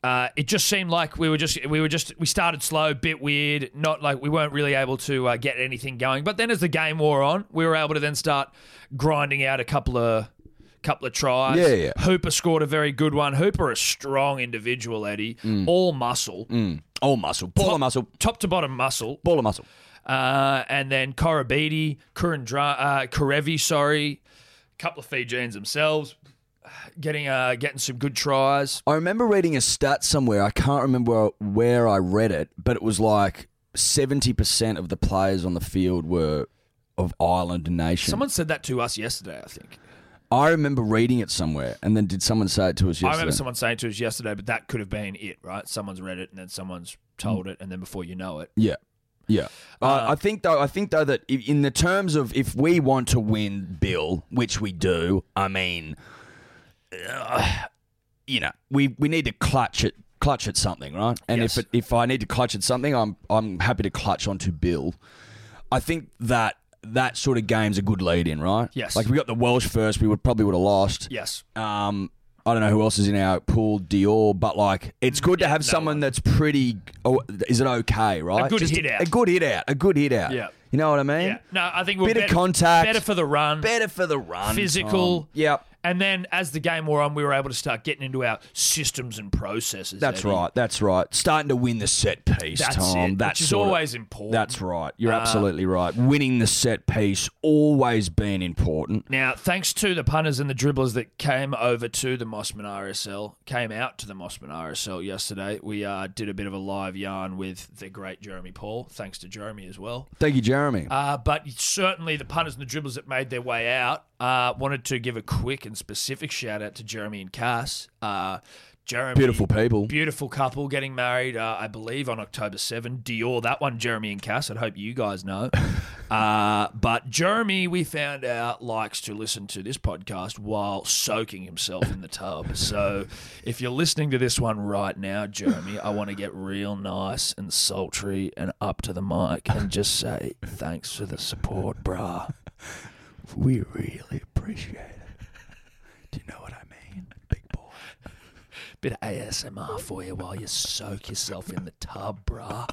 Speaker 2: uh, it just seemed like we were just we were just we started slow, bit weird, not like we weren't really able to uh, get anything going. But then as the game wore on, we were able to then start grinding out a couple of couple of tries.
Speaker 3: Yeah, yeah.
Speaker 2: Hooper scored a very good one. Hooper, a strong individual, Eddie,
Speaker 3: Mm.
Speaker 2: all muscle,
Speaker 3: All muscle, ball of muscle,
Speaker 2: top to bottom muscle.
Speaker 3: ball of muscle.
Speaker 2: Uh, and then Korobidi, Kurandra, uh, Karevi, sorry, couple of Fijians themselves, getting uh, getting some good tries.
Speaker 3: I remember reading a stat somewhere. I can't remember where I read it, but it was like seventy percent of the players on the field were of Ireland nation.
Speaker 2: Someone said that to us yesterday, I think.
Speaker 3: I remember reading it somewhere, and then did someone say it to us yesterday?
Speaker 2: I remember someone saying to us yesterday, but that could have been it, right? Someone's read it and then someone's told it, and then before you know it,
Speaker 3: Yeah. Yeah. Uh, I think though I think though that i- in the terms of if we want to win Bill, which we do, I mean uh, you know, we, we need to clutch at clutch at something, right? And
Speaker 2: Yes.
Speaker 3: if it, if I need to clutch at something, I'm I'm happy to clutch onto Bill. I think that that sort of game's a good lead in, right?
Speaker 2: Yes.
Speaker 3: Like if we got the Welsh first, we would probably would have lost.
Speaker 2: yes,
Speaker 3: Um, I don't know who else is in our pool, Dior, but like it's good to have someone that's pretty. Oh, is it okay, right?
Speaker 2: good hit out.
Speaker 3: A good hit out. A good hit out.
Speaker 2: Yeah.
Speaker 3: You know what I mean?
Speaker 2: yeah. No, I think we're
Speaker 3: Bit of
Speaker 2: better-
Speaker 3: contact.
Speaker 2: better for the run,
Speaker 3: Better for the run.
Speaker 2: physical.
Speaker 3: Tom. Yep.
Speaker 2: And then as the game wore on, we were able to start getting into our systems and processes.
Speaker 3: That's
Speaker 2: Eddie.
Speaker 3: right. That's right. Starting to win the set piece,
Speaker 2: That's
Speaker 3: Tom.
Speaker 2: it,
Speaker 3: that's
Speaker 2: which is
Speaker 3: sort of-
Speaker 2: always important. Uh,
Speaker 3: That's right. You're absolutely right. Winning the set piece always been important.
Speaker 2: Now, thanks to the punters and the dribblers that came over to the Mossman RSL, came out to the Mossman RSL yesterday, we uh, did a bit of a live yarn with the great Jeremy Paul. Thanks to Jeremy as well.
Speaker 3: Thank you, Jeremy.
Speaker 2: Uh, but certainly the punters and the dribblers that made their way out uh, wanted to give a quick and specific shout out to Jeremy and Cass. Uh, Jeremy,
Speaker 3: Beautiful people.
Speaker 2: beautiful couple getting married, uh, I believe, on October 7. Dior, that one, Jeremy and Cass. I hope you guys
Speaker 3: (laughs)
Speaker 2: know. uh, but Jeremy, we found out, likes to listen to this podcast while soaking himself in the tub. So if you're listening to this one right now, Jeremy, I want to get real nice and sultry and up to the mic and just say thanks for the support, brah.
Speaker 3: (laughs) We really appreciate it. Do you know what I mean, big boy?
Speaker 2: Bit of ASMR for you while you soak yourself in the tub, brah.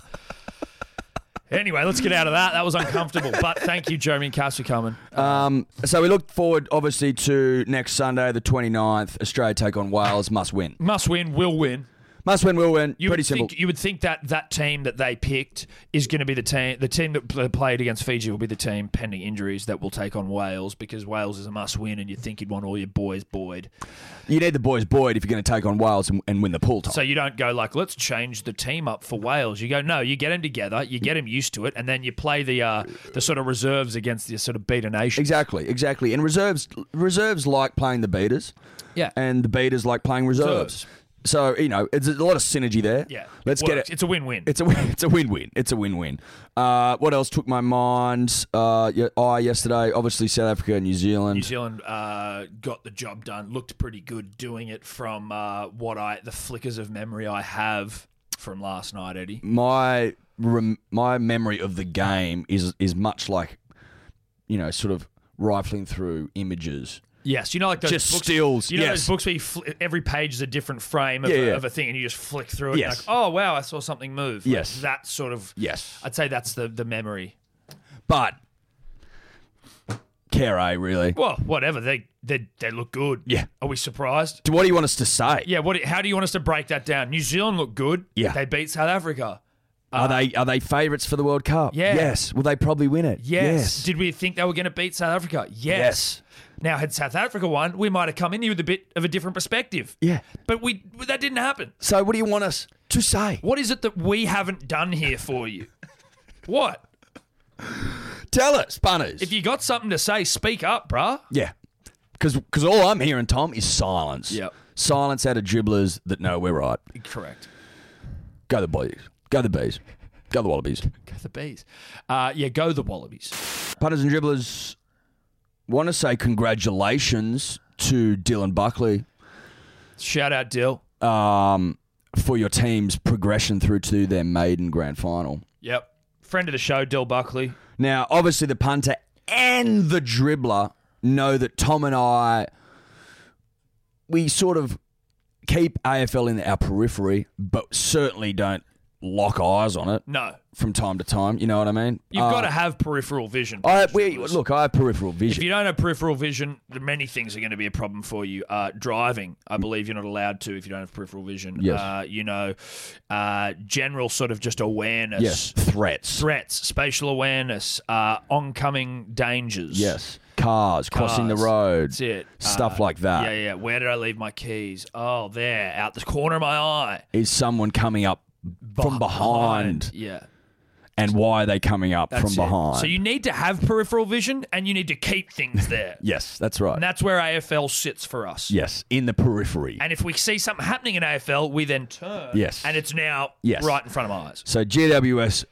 Speaker 2: Anyway, let's get out of that. That was uncomfortable. But thank you, Jeremy and Cass, for coming.
Speaker 3: Um, so we look forward, obviously, to next Sunday, the 29th. Australia take on Wales. Must win.
Speaker 2: Must win, will win.
Speaker 3: Must win, will win.
Speaker 2: You
Speaker 3: Pretty
Speaker 2: would
Speaker 3: simple.
Speaker 2: think you would think that that team that they picked is going to be the team the team that pl- played against Fiji will be the team pending injuries that will take on Wales because Wales is a must win and you'd think you'd want all your boys buoyed.
Speaker 3: You need the boys Boyd if you're going to take on Wales and, and win the pool time.
Speaker 2: So you don't go like let's change the team up for Wales. You go no, you get them together, you get them used to it and then you play the uh, the sort of reserves against the sort of beaten nation.
Speaker 3: exactly, exactly. And reserves reserves like playing the beaters.
Speaker 2: Yeah.
Speaker 3: And the beaters like playing reserves.
Speaker 2: Reserves.
Speaker 3: So, you know, it's a lot of synergy there.
Speaker 2: Yeah.
Speaker 3: Let's
Speaker 2: it
Speaker 3: get
Speaker 2: works.
Speaker 3: it.
Speaker 2: It's a win-win.
Speaker 3: It's a (laughs) win- it's a win win. It's a win win. Uh, what else took my mind? Uh, ye- I yesterday, obviously South Africa and New Zealand.
Speaker 2: New Zealand uh, got the job done. Looked pretty good doing it from uh, what I the flickers of memory I have from last night, Eddie.
Speaker 3: my rem- my memory of the game is is much like you know sort of rifling through images
Speaker 2: Yes, you know, like those
Speaker 3: Just
Speaker 2: books,
Speaker 3: stills,
Speaker 2: You know
Speaker 3: yes.
Speaker 2: those books where you fl- every page is a different frame of,
Speaker 3: Yeah,
Speaker 2: a,
Speaker 3: yeah.
Speaker 2: of a thing, and you just flick through it. and
Speaker 3: Yes.
Speaker 2: Like, oh wow, I saw something move. Like,
Speaker 3: Yes.
Speaker 2: that sort of.
Speaker 3: yes
Speaker 2: I'd say that's the the memory.
Speaker 3: but care I really
Speaker 2: Well, whatever they they they look good.
Speaker 3: Yeah.
Speaker 2: Are we surprised?
Speaker 3: Do- what do you want us to say
Speaker 2: Yeah. What? How do you want us to break that down? New Zealand look good.
Speaker 3: Yeah.
Speaker 2: They beat South Africa.
Speaker 3: are they are they favorites for the world cup
Speaker 2: Yeah.
Speaker 3: yes will they probably win it
Speaker 2: Yes. Did we think they were going to beat South Africa? Yes.
Speaker 3: Yes.
Speaker 2: Now, had South Africa won, we might have come in here with a bit of a different perspective.
Speaker 3: yeah
Speaker 2: But we but that didn't happen.
Speaker 3: so what do you want us to say
Speaker 2: What is it that we haven't done here for
Speaker 3: (laughs)
Speaker 2: you? what?
Speaker 3: tell us punters
Speaker 2: If you got something to say, speak up, bruh.
Speaker 3: yeah because all I'm hearing Tom is silence
Speaker 2: Yep.
Speaker 3: silence out of dribblers that know we're right
Speaker 2: Correct.
Speaker 3: go the boys go the bees go the wallabies
Speaker 2: Go the bees. Uh, yeah, go the Wallabies.
Speaker 3: Punters and dribblers want to say congratulations to Dylan Buckley
Speaker 2: Shout out, Dill.
Speaker 3: um, for your team's progression through to their maiden grand final.
Speaker 2: Yep. Friend of the show, Dill Buckley.
Speaker 3: Now, obviously, the punter and the dribbler know that Tom and I, we sort of keep AFL in our periphery, but certainly don't lock eyes on it
Speaker 2: No.
Speaker 3: from time to time. You know what I mean?
Speaker 2: You've
Speaker 3: Uh,
Speaker 2: got to have peripheral vision.
Speaker 3: I, we, look, I have peripheral vision.
Speaker 2: If you don't have peripheral vision, the many things are going to be a problem for you. Uh, driving, I believe you're not allowed to if you don't have peripheral vision.
Speaker 3: Mm. Yes.
Speaker 2: Uh, you know, uh, general sort of just awareness.
Speaker 3: yes, threats.
Speaker 2: Threats, spatial awareness, uh, oncoming dangers.
Speaker 3: Yes. Cars, crossing the
Speaker 2: Cars.
Speaker 3: road.
Speaker 2: That's it. Uh,
Speaker 3: Stuff like that.
Speaker 2: Yeah, yeah. Where did I leave my keys? Oh, there, out the corner of my eye.
Speaker 3: Is someone coming up from behind
Speaker 2: Yeah.
Speaker 3: and why are they coming up
Speaker 2: That's
Speaker 3: from
Speaker 2: it.
Speaker 3: behind?
Speaker 2: So you need to have peripheral vision and you need to keep things
Speaker 3: (laughs)
Speaker 2: there.
Speaker 3: yes, that's right.
Speaker 2: And that's where AFL sits for us.
Speaker 3: yes, in the periphery.
Speaker 2: And if we see something happening in AFL, we then turn.
Speaker 3: Yes.
Speaker 2: And it's now
Speaker 3: Yes.
Speaker 2: right in front of my eyes.
Speaker 3: so GWS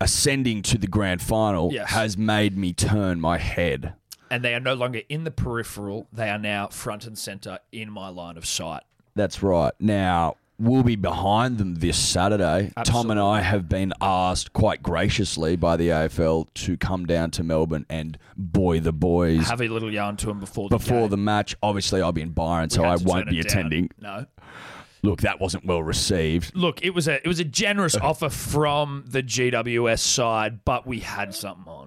Speaker 3: ascending to the grand final
Speaker 2: Yes.
Speaker 3: has made me turn my head.
Speaker 2: And they are no longer in the peripheral. They are now front and centre in my line of sight.
Speaker 3: That's right. Now, we'll be behind them this Saturday. Tom and I have been asked quite graciously by the AFL to come down to Melbourne and boy the boys
Speaker 2: Have a little yarn to him before the
Speaker 3: before
Speaker 2: game.
Speaker 3: the match. Obviously, I'll be in Byron, so
Speaker 2: Had
Speaker 3: I
Speaker 2: to
Speaker 3: won't
Speaker 2: turn
Speaker 3: be
Speaker 2: it down.
Speaker 3: attending.
Speaker 2: No.
Speaker 3: Look, that wasn't
Speaker 2: (laughs)
Speaker 3: well received.
Speaker 2: Look, it was a it was a
Speaker 3: (laughs)
Speaker 2: generous offer from the GWS side, but we had something on.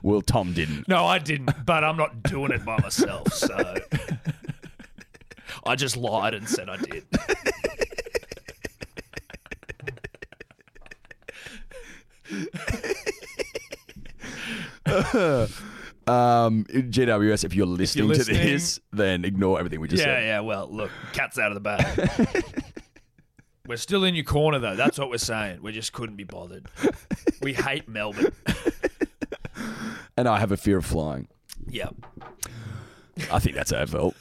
Speaker 3: Well, Tom didn't.
Speaker 2: No, I didn't, but I'm not doing it by myself,
Speaker 3: (laughs)
Speaker 2: so I just lied and said I did.
Speaker 3: Um, GWS, if you're listening,
Speaker 2: listening-
Speaker 3: to this, then ignore everything we just
Speaker 2: Yeah,
Speaker 3: said.
Speaker 2: yeah, well, look, cat's out of the bag. (laughs) we're still in your corner though. That's what we're saying. We just couldn't be bothered. We hate Melbourne.
Speaker 3: And I have a fear of flying.
Speaker 2: Yeah.
Speaker 3: I think that's (laughs) AFL.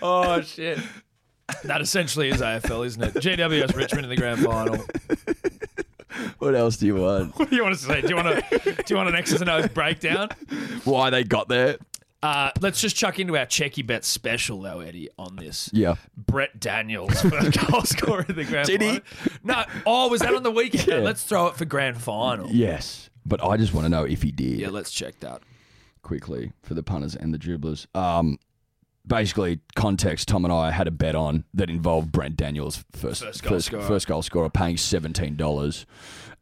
Speaker 2: Oh shit. That essentially is AFL, isn't it? GWS Richmond in the grand final.
Speaker 3: what else do you want?
Speaker 2: (laughs) What do you want us to say? Do you want to do you want an X's and O's breakdown?
Speaker 3: (laughs) Why they got there?
Speaker 2: Uh, let's just chuck into our checky bet special though, Eddie, on this.
Speaker 3: Yeah.
Speaker 2: Brett Daniels for goal scorer in the grand
Speaker 3: Did he?
Speaker 2: final. No. Oh, was that on the weekend?
Speaker 3: Yeah.
Speaker 2: Let's throw it for grand final. Yeah,
Speaker 3: Yes. But I just want to know if he did.
Speaker 2: let's check that.
Speaker 3: quickly for the punters and the dribblers. Um, basically, context: Tom and I had a bet on that involved Brent Daniels first
Speaker 2: First goal scorer.
Speaker 3: first goal scorer, paying seventeen dollars,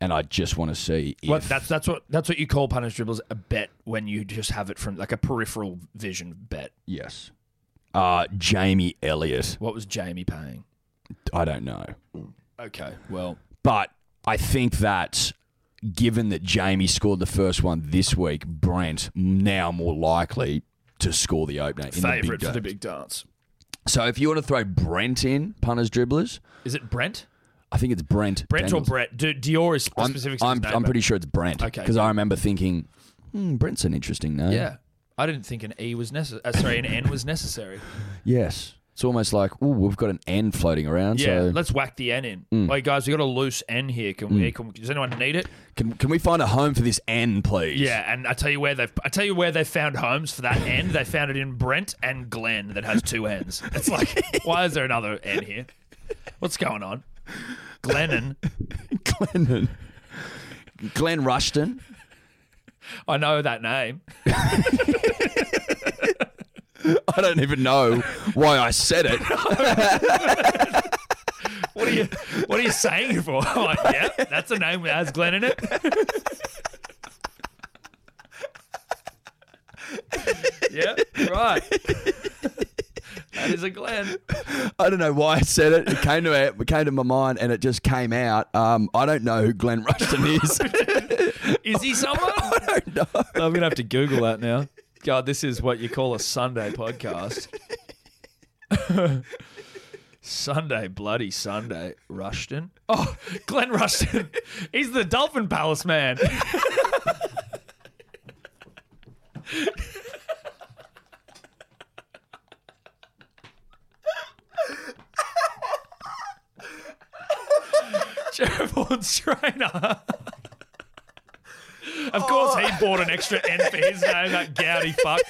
Speaker 3: and I just want to see if
Speaker 2: What, that's that's what that's what you call punish dribbles a bet when you just have it from like a peripheral vision bet.
Speaker 3: yes, uh, Jamie Elliott.
Speaker 2: What was Jamie paying?
Speaker 3: I don't know,
Speaker 2: Okay, well,
Speaker 3: but I think that. Given that Jamie scored the first one this week, Brent now more likely to score the opener in the big
Speaker 2: favorite for the
Speaker 3: game.
Speaker 2: big dance.
Speaker 3: So if you want to throw Brent in, punters, dribblers,
Speaker 2: Is it Brent?
Speaker 3: I think it's Brent.
Speaker 2: Brent
Speaker 3: Daniels.
Speaker 2: or Brett? Do, Dior is the
Speaker 3: I'm,
Speaker 2: specifics. of his
Speaker 3: I'm,
Speaker 2: name,
Speaker 3: I'm
Speaker 2: but-
Speaker 3: pretty sure it's Brent.
Speaker 2: Okay.
Speaker 3: Because I remember thinking, hmm, Brent's an interesting name.
Speaker 2: Yeah, I didn't think an E was necessary. Uh, sorry, an N was necessary.
Speaker 3: Yes. It's almost like, oh, we've got an N floating around.
Speaker 2: Yeah,
Speaker 3: So Mm.
Speaker 2: let's whack the N in. Hey guys, we got a loose N here. Can we? Can, does anyone need it?
Speaker 3: can, can we find a home for this N, please?
Speaker 2: Yeah, and I tell you where they've I tell you where they found homes for that N. They found it in Brent and Glen that has two N's. It's like, why is there another N here? What's going on? Glennon.
Speaker 3: (laughs) Glennon. Glenn Rushton.
Speaker 2: I know that name.
Speaker 3: I don't even know why I said
Speaker 2: (laughs)
Speaker 3: it.
Speaker 2: What are you What are you saying it for? I'm like, yeah, that's a name that has Glen in it. (laughs) yeah, right. That is a Glen.
Speaker 3: I don't know why I said it. It came to it came to my mind, and it just came out. Um, I don't know who Glenn Rushton is.
Speaker 2: (laughs) Is he someone? (laughs) I don't know. I'm gonna have to Google that now. God, this is what you call a Sunday podcast. (laughs) Sunday, bloody Sunday, Rushton. Oh, Glenn Rushton. He's the Dolphin Palace man. Jeroboam's trainer. Of course, he bought an extra N for his name, that gouty fuck.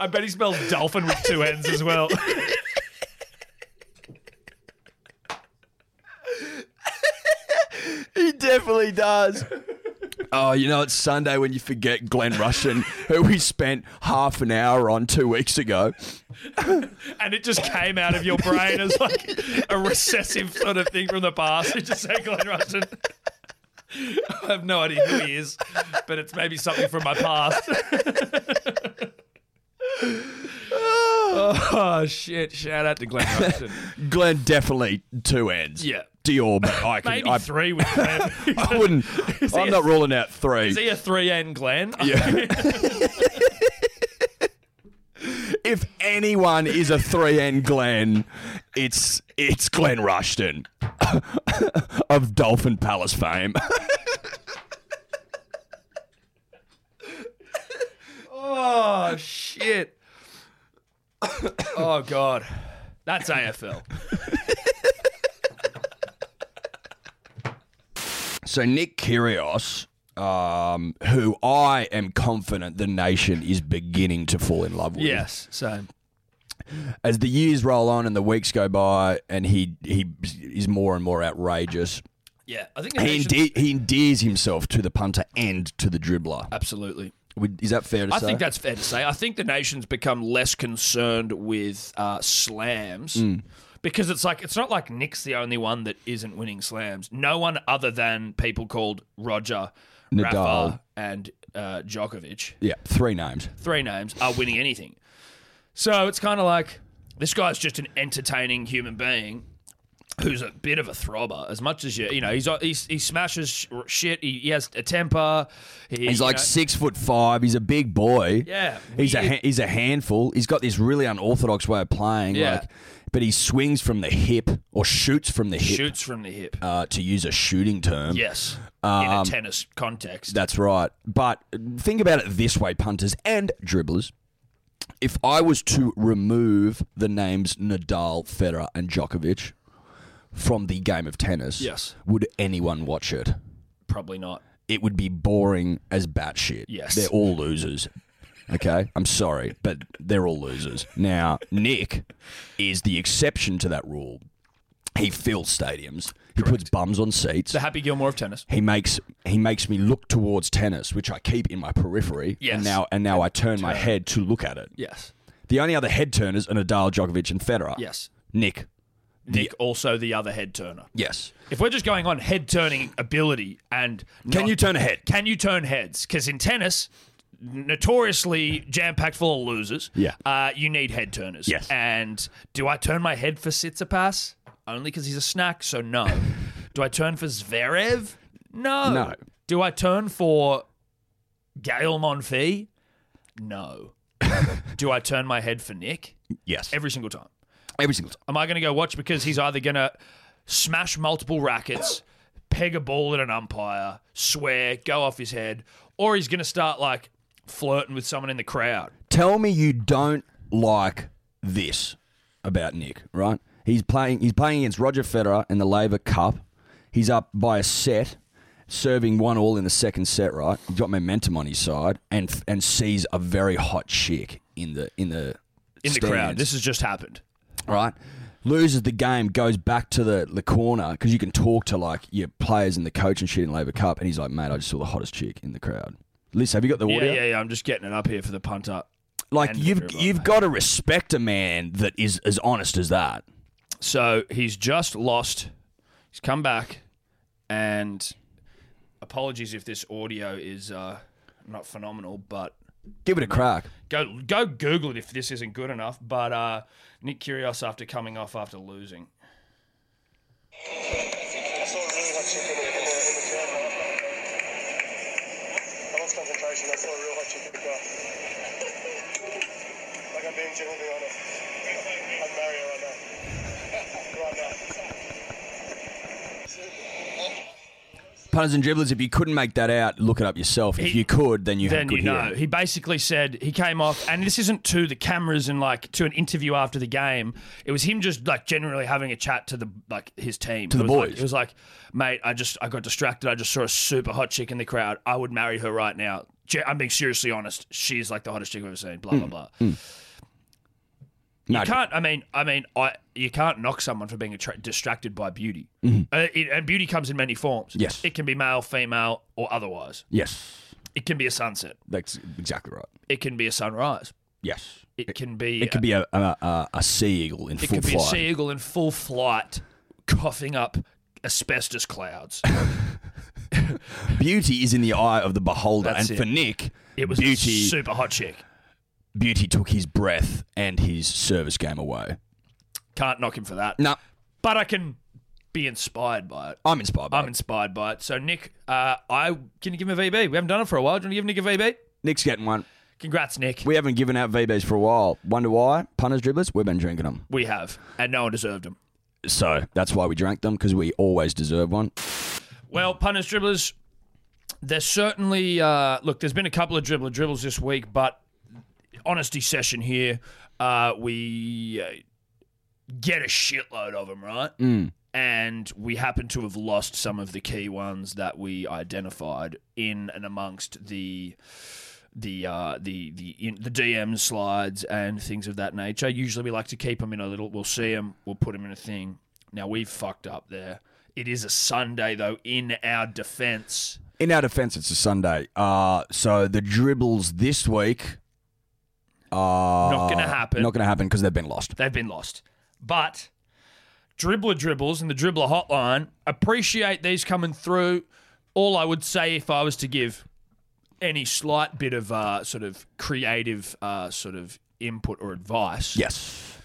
Speaker 2: I bet he spells dolphin with two N's as well.
Speaker 3: He definitely does. Oh, you know, it's Sunday when you forget Glenn Rushton, who we spent half an hour on two weeks ago.
Speaker 2: And it just came out of your brain as like a recessive sort of thing from the past. It just said Glenn Rushton. I have no idea who he is, but it's maybe something from my past. (laughs) oh, shit. Shout out to Glenn Rushton.
Speaker 3: Glenn definitely two ends.
Speaker 2: Yeah.
Speaker 3: Dior, but I can.
Speaker 2: Maybe
Speaker 3: I,
Speaker 2: three with Clem. (laughs)
Speaker 3: I wouldn't.
Speaker 2: Is he
Speaker 3: I'm
Speaker 2: a-
Speaker 3: not ruling out three.
Speaker 2: Is he a three and Glenn?
Speaker 3: Yeah. if anyone is a three and Glen, it's it's Glenn Rushton (laughs) of Dolphin Palace fame.
Speaker 2: (laughs) Oh shit. oh god. That's AFL.
Speaker 3: so Nick Kyrgios, um, who I am confident the nation is beginning to fall in love with.
Speaker 2: Yes, same.
Speaker 3: as the years roll on and the weeks go by, and he he is more and more outrageous.
Speaker 2: Yeah, I think the
Speaker 3: He,
Speaker 2: nation-
Speaker 3: ende- he endears himself to the punter and to the dribbler.
Speaker 2: absolutely.
Speaker 3: Would- Is that fair to
Speaker 2: I
Speaker 3: say?
Speaker 2: think that's fair to say. I think the nation's become less concerned with uh, slams
Speaker 3: Hmm.
Speaker 2: because it's like it's not like Nick's the only one that isn't winning slams. No one other than people called Roger,
Speaker 3: Nadal.
Speaker 2: Rafa, and uh, Djokovic.
Speaker 3: yeah, three names.
Speaker 2: three names are winning anything. So it's kind of like this guy's just an entertaining human being who's a bit of a throbber. As much as you, you know, he's he's he smashes sh- shit. He, he has a temper. He,
Speaker 3: He's
Speaker 2: you
Speaker 3: like
Speaker 2: know-
Speaker 3: six foot five. He's a big boy.
Speaker 2: Yeah,
Speaker 3: he's a
Speaker 2: weird.
Speaker 3: ha- he's a handful. He's got this really unorthodox way of playing.
Speaker 2: Yeah.
Speaker 3: Like, but he swings from the hip or shoots from the hip.
Speaker 2: shoots from the hip.
Speaker 3: Uh, um, to use a shooting term.
Speaker 2: yes, in a tennis context.
Speaker 3: That's right. But think about it this way, punters and dribblers. If I was to remove the names Nadal, Federer, and Djokovic from the game of tennis,
Speaker 2: Yes.
Speaker 3: would anyone watch it?
Speaker 2: Probably not.
Speaker 3: It would be boring as batshit.
Speaker 2: Yes.
Speaker 3: They're all losers. Okay? I'm sorry, but they're all losers. Now, Nick is the exception to that rule. He fills stadiums. He puts bums on seats.
Speaker 2: The Happy Gilmore of tennis.
Speaker 3: He makes he makes me look towards tennis, which I keep in my periphery.
Speaker 2: Yes.
Speaker 3: And now and now I turn my head to look at it.
Speaker 2: Yes,
Speaker 3: The only other head turners are Nadal, Djokovic, and Federer.
Speaker 2: yes.
Speaker 3: Nick.
Speaker 2: Nick also the other head turner.
Speaker 3: Yes.
Speaker 2: If we're just going on head turning ability and
Speaker 3: Can
Speaker 2: not-
Speaker 3: you turn a head?
Speaker 2: can you turn heads? Because in tennis, notoriously jam packed full of losers.
Speaker 3: Yeah.
Speaker 2: Uh, you need head turners.
Speaker 3: Yes.
Speaker 2: And do I turn my head for Sitsipas? Only because he's a snack, so no. do I turn for Zverev? No.
Speaker 3: No.
Speaker 2: Do I turn for Gail Monfils? No. do I turn my head for Nick?
Speaker 3: Yes. Every,
Speaker 2: Every single time.
Speaker 3: single time.
Speaker 2: Am I going to go watch because he's either going to smash multiple rackets, peg a ball at an umpire, swear, go off his head, or he's going to start like flirting with someone in the crowd?
Speaker 3: Tell me you don't like this about Nick, right? He's playing he's playing against Roger Federer in the Labour Cup. He's up by a set, serving one all in the second set, right? He's got momentum on his side and and sees a very hot chick in the in the
Speaker 2: In the crowd.
Speaker 3: stands.
Speaker 2: This has just happened.
Speaker 3: right? Loses the game, goes back to the, the corner because you can talk to like your players and the coach and shit in Labour Cup, and he's like, "Mate, I just saw the hottest chick in the crowd." Liz, have you got the
Speaker 2: Yeah,
Speaker 3: audio?
Speaker 2: yeah, yeah. I'm just getting it up here for the punter.
Speaker 3: Like
Speaker 2: And the
Speaker 3: you've
Speaker 2: dribbler,
Speaker 3: you've got to respect a man that is as honest as that.
Speaker 2: So he's just lost. He's come back, and apologies if this audio is uh, not phenomenal, but
Speaker 3: Give it a crack.
Speaker 2: go go Google it if this isn't good enough. But uh, Nick Kyrgios after coming off after losing.
Speaker 4: I saw a really hot chick in the, in the, in the crowd. I lost concentration. I saw a real hot chick in the crowd. Like I'm being genuinely honest. I'd marry her right now. Right
Speaker 3: Punters and dribblers, if you couldn't make that out, look it up yourself. If
Speaker 2: He-
Speaker 3: you could, then you
Speaker 2: then
Speaker 3: had good
Speaker 2: you know.
Speaker 3: hearing.
Speaker 2: He basically said he came off, and this isn't to the cameras and like to an interview after the game. It was him just like generally having a chat to the like his team to
Speaker 3: the boys.
Speaker 2: it was like, mate, I just I got distracted. I just saw a super hot chick in the crowd. I would marry her right now. Ge- I'm being seriously honest. She's like the hottest chick I've ever seen.
Speaker 3: Hmm.
Speaker 2: Blah blah blah.
Speaker 3: No,
Speaker 2: You can't. I mean, I mean, I you can't knock someone for being attra- distracted by beauty. Uh, it, and beauty comes in many forms.
Speaker 3: Mm-hmm. Yes.
Speaker 2: it can be male, female, or otherwise.
Speaker 3: yes,
Speaker 2: It can be a sunset.
Speaker 3: that's exactly right.
Speaker 2: It can be a sunrise.
Speaker 3: Yes,
Speaker 2: It can be. uh,
Speaker 3: it could be a a, a, a sea eagle in
Speaker 2: It
Speaker 3: full
Speaker 2: could be
Speaker 3: flight.
Speaker 2: a sea eagle in full flight, coughing up asbestos
Speaker 3: (laughs)
Speaker 2: clouds.
Speaker 3: Beauty is in the eye of the beholder,
Speaker 2: That's
Speaker 3: and
Speaker 2: it.
Speaker 3: for Nick,
Speaker 2: It was a
Speaker 3: beauty.
Speaker 2: super hot chick.
Speaker 3: Beauty took his breath and his service game away.
Speaker 2: Can't knock him for that.
Speaker 3: No, Oh.
Speaker 2: But I can be inspired by it.
Speaker 3: I'm inspired by
Speaker 2: I'm
Speaker 3: it.
Speaker 2: inspired by it. So Nick, uh, I can you give him a VB? We haven't done it for a while. Do you want to give Nick a VB?
Speaker 3: Nick's getting one.
Speaker 2: Congrats, Nick. We,
Speaker 3: We haven't given out VBs for a while. Wonder why? Punters, dribblers, we've been drinking them.
Speaker 2: have, and no one deserved him.
Speaker 3: So that's why we drank them because we always deserve one.
Speaker 2: Well, punters, dribblers, there's certainly uh, look. There's been a couple of dribbler dribbles this week, but honesty session here. Uh, we uh, get a shitload of them, right? And we happen to have lost some of the key ones that we identified in and amongst the the uh, the the in, the DM slides and things of that nature. Usually, we like to keep them in a little. We'll see them. We'll put them in a thing. Now we've fucked up there. It is a Sunday though. In our defence,
Speaker 3: In our defense, it's a Sunday. Uh, so the dribbles this week are
Speaker 2: Not gonna happen.
Speaker 3: Not going to happen because they've been lost.
Speaker 2: They've been lost. But dribbler dribbles and the dribbler hotline appreciate these coming through. All I would say if I was to give any slight bit of uh, sort of creative uh, sort of input or advice,
Speaker 3: Yes.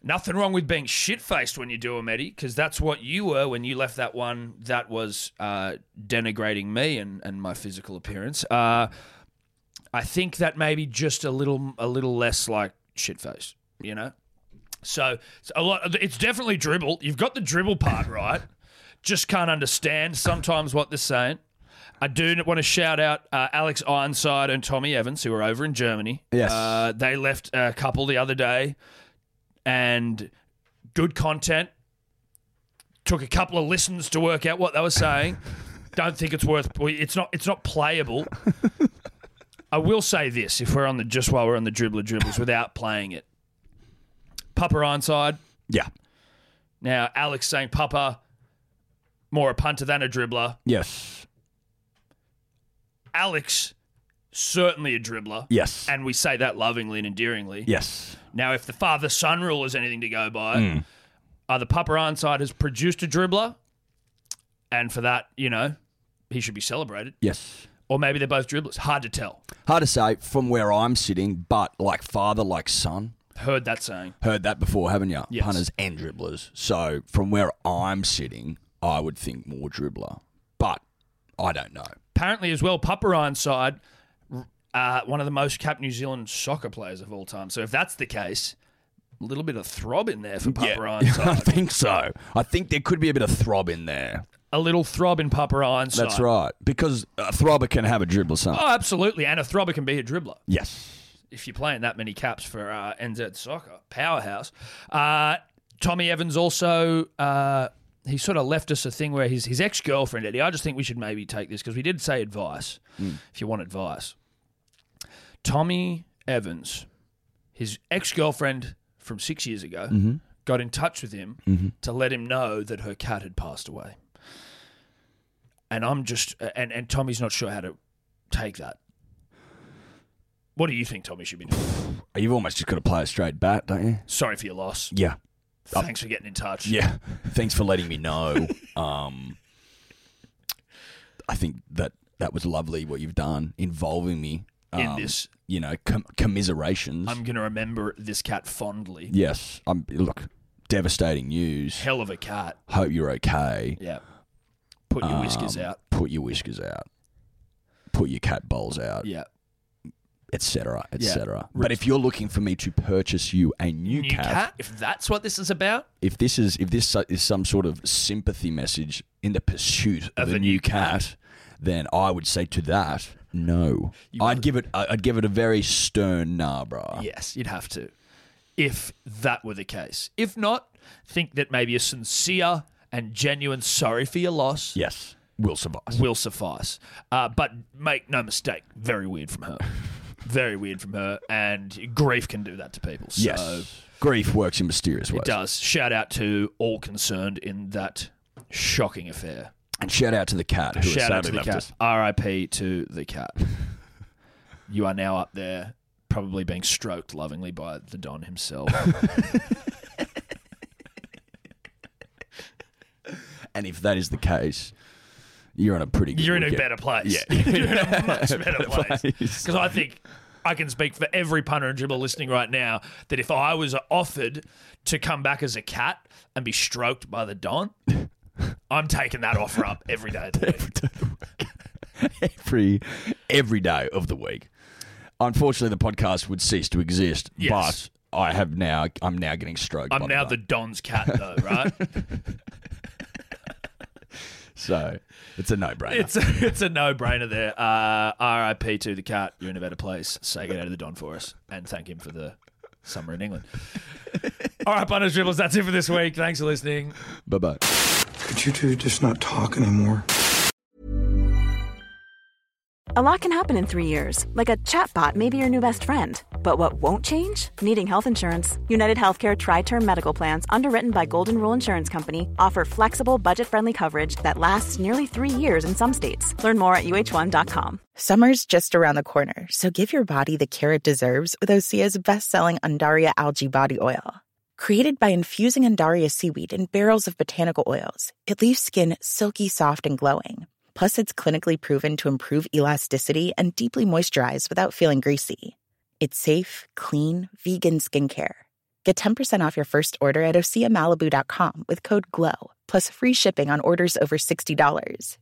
Speaker 2: nothing wrong with being shit faced when you do them, Eddie, because that's what you were when you left that one that was uh, denigrating me and, and my physical appearance. Uh, I think that maybe just a little a little less like shit faced, you know. So it's a lot. It's definitely dribble. You've got the dribble part (laughs) right. Just can't understand sometimes what they're saying. I do want to shout out uh, Alex Ironside and Tommy Evans, who are over in Germany.
Speaker 3: Yes.
Speaker 2: uh, they left a couple the other day, and good content. Took a couple of listens to work out what they were saying. Don't think it's worth. It's not. It's not playable. I will say this: if we're on the just while we're on the dribbler dribbles, without playing it, Papa Ironside.
Speaker 3: Yeah.
Speaker 2: Now Alex saying Papa, more a punter than a dribbler.
Speaker 3: Yes.
Speaker 2: Alex, certainly a dribbler.
Speaker 3: Yes.
Speaker 2: And we say that lovingly and endearingly.
Speaker 3: yes.
Speaker 2: Now, if the father son rule is anything to go by, uh, the Papa Ironside has produced a dribbler. And for that, you know, he should be celebrated.
Speaker 3: Yes.
Speaker 2: Or maybe they're both dribblers. Hard to tell.
Speaker 3: Hard to say from where I'm sitting, but like father, like son.
Speaker 2: Heard that saying.
Speaker 3: Heard that before, haven't you?
Speaker 2: Yes.
Speaker 3: Punters and dribblers. So from where I'm sitting, I would think more dribbler, but I don't know.
Speaker 2: apparently as well, Papa Ironside, uh, one of the most capped New Zealand soccer players of all time. So if that's the case, a little bit of throb in there for Papa
Speaker 3: (laughs) I
Speaker 2: Ironside.
Speaker 3: think so. I think there could be a bit of throb in there.
Speaker 2: a little throb in Papa Ironside.
Speaker 3: That's right, because a throbber can have a dribble son.
Speaker 2: Oh, absolutely. And a throbber can be a dribbler.
Speaker 3: Yes.
Speaker 2: if you're playing that many caps for uh, NZ Soccer, powerhouse. Uh, Tommy Evans also, uh, he sort of left us a thing where his, his ex girlfriend, Eddie, I just think we should maybe take this because we did say advice, if you want advice. Tommy Evans, his ex girlfriend from six years ago, got in touch with him to let him know that her cat had passed away. And I'm just, uh, and, and Tommy's not sure how to take that. What do you think Tommy should be doing?
Speaker 3: You've almost just got to play a straight bat, don't you?
Speaker 2: sorry for your loss.
Speaker 3: Yeah.
Speaker 2: Thanks for getting in touch.
Speaker 3: Yeah. (laughs) Thanks for letting me know. (laughs) Um, I think that that was lovely what you've done involving me um,
Speaker 2: In this.
Speaker 3: You know, com- commiserations.
Speaker 2: I'm going to remember this cat fondly.
Speaker 3: yes. I'm look. Devastating news.
Speaker 2: Hell of a cat.
Speaker 3: Hope you're okay.
Speaker 2: Yeah. Put your whiskers
Speaker 3: Um,
Speaker 2: out.
Speaker 3: Put your whiskers out. Put your cat bowls out.
Speaker 2: Yeah.
Speaker 3: etc.,
Speaker 2: Yeah.
Speaker 3: etc. But if you're looking for me to purchase you a new,
Speaker 2: New
Speaker 3: cat,
Speaker 2: cat. if that's what this is about,
Speaker 3: if this is if this is some sort of sympathy message in the pursuit of, a, new, cat, then I would say to that no. I'd give it I- I'd give it a very stern nah, bro.
Speaker 2: yes, you'd have to. If that were the case. If not, think that maybe a sincere and genuine sorry for your loss
Speaker 3: Yes, will survive.
Speaker 2: will suffice. Uh, but make no mistake, very weird from her. (laughs) very weird from her. And grief can do that to people. So
Speaker 3: yes, grief works in mysterious ways.
Speaker 2: It does. Shout out to all concerned in that shocking affair.
Speaker 3: And shout out to the cat who
Speaker 2: Shout
Speaker 3: sadly
Speaker 2: out to the
Speaker 3: left
Speaker 2: cat.
Speaker 3: us.
Speaker 2: R.I.P. to the cat. (laughs) you are now up there, probably being stroked lovingly by the Don (laughs) himself.
Speaker 3: And if that is the case, you're in a pretty good
Speaker 2: You're in a
Speaker 3: wicket.
Speaker 2: better place. (laughs)
Speaker 3: Yeah.
Speaker 2: You're in a much better place.
Speaker 3: Place.
Speaker 2: Because I think I can speak for every punter and dribbler listening right now (laughs) that if I was offered to come back as a cat and be stroked by the Don, I'm taking that offer up every day. Of the week.
Speaker 3: (laughs) every every day of the week. Unfortunately, the podcast would cease to exist.
Speaker 2: Yes.
Speaker 3: But I have now. I'm now getting stroked. by
Speaker 2: I'm now
Speaker 3: the,
Speaker 2: the Don's cat, though, (laughs) right?
Speaker 3: bug. so it's a no-brainer.
Speaker 2: it's a, (laughs) it's a no brainer there. Uh, R.I.P. to the cat. You're in a better place. Say get out of the Don for us and thank him for the summer in England. All right, Bunners Dribbles. That's it for this week. Thanks for listening.
Speaker 3: bye bye.
Speaker 5: Could you two just not talk anymore?
Speaker 6: A lot can happen in three years, like a chatbot may be your new best friend. But what won't change? Needing health insurance. United Healthcare Tri Term Medical Plans, underwritten by Golden Rule Insurance Company, offer flexible, budget friendly coverage that lasts nearly three years in some states. Learn more at uh1.com.
Speaker 7: Summer's just around the corner, so give your body the care it deserves with Osea's best-selling Andaria algae body oil. Created by infusing Andaria seaweed in barrels of botanical oils, it leaves skin silky soft and glowing. Plus, it's clinically proven to improve elasticity and deeply moisturize without feeling greasy. It's safe, clean, vegan skincare. Get 10% off your first order at oseamalibu.com with code GLOW, plus free shipping on orders over $60.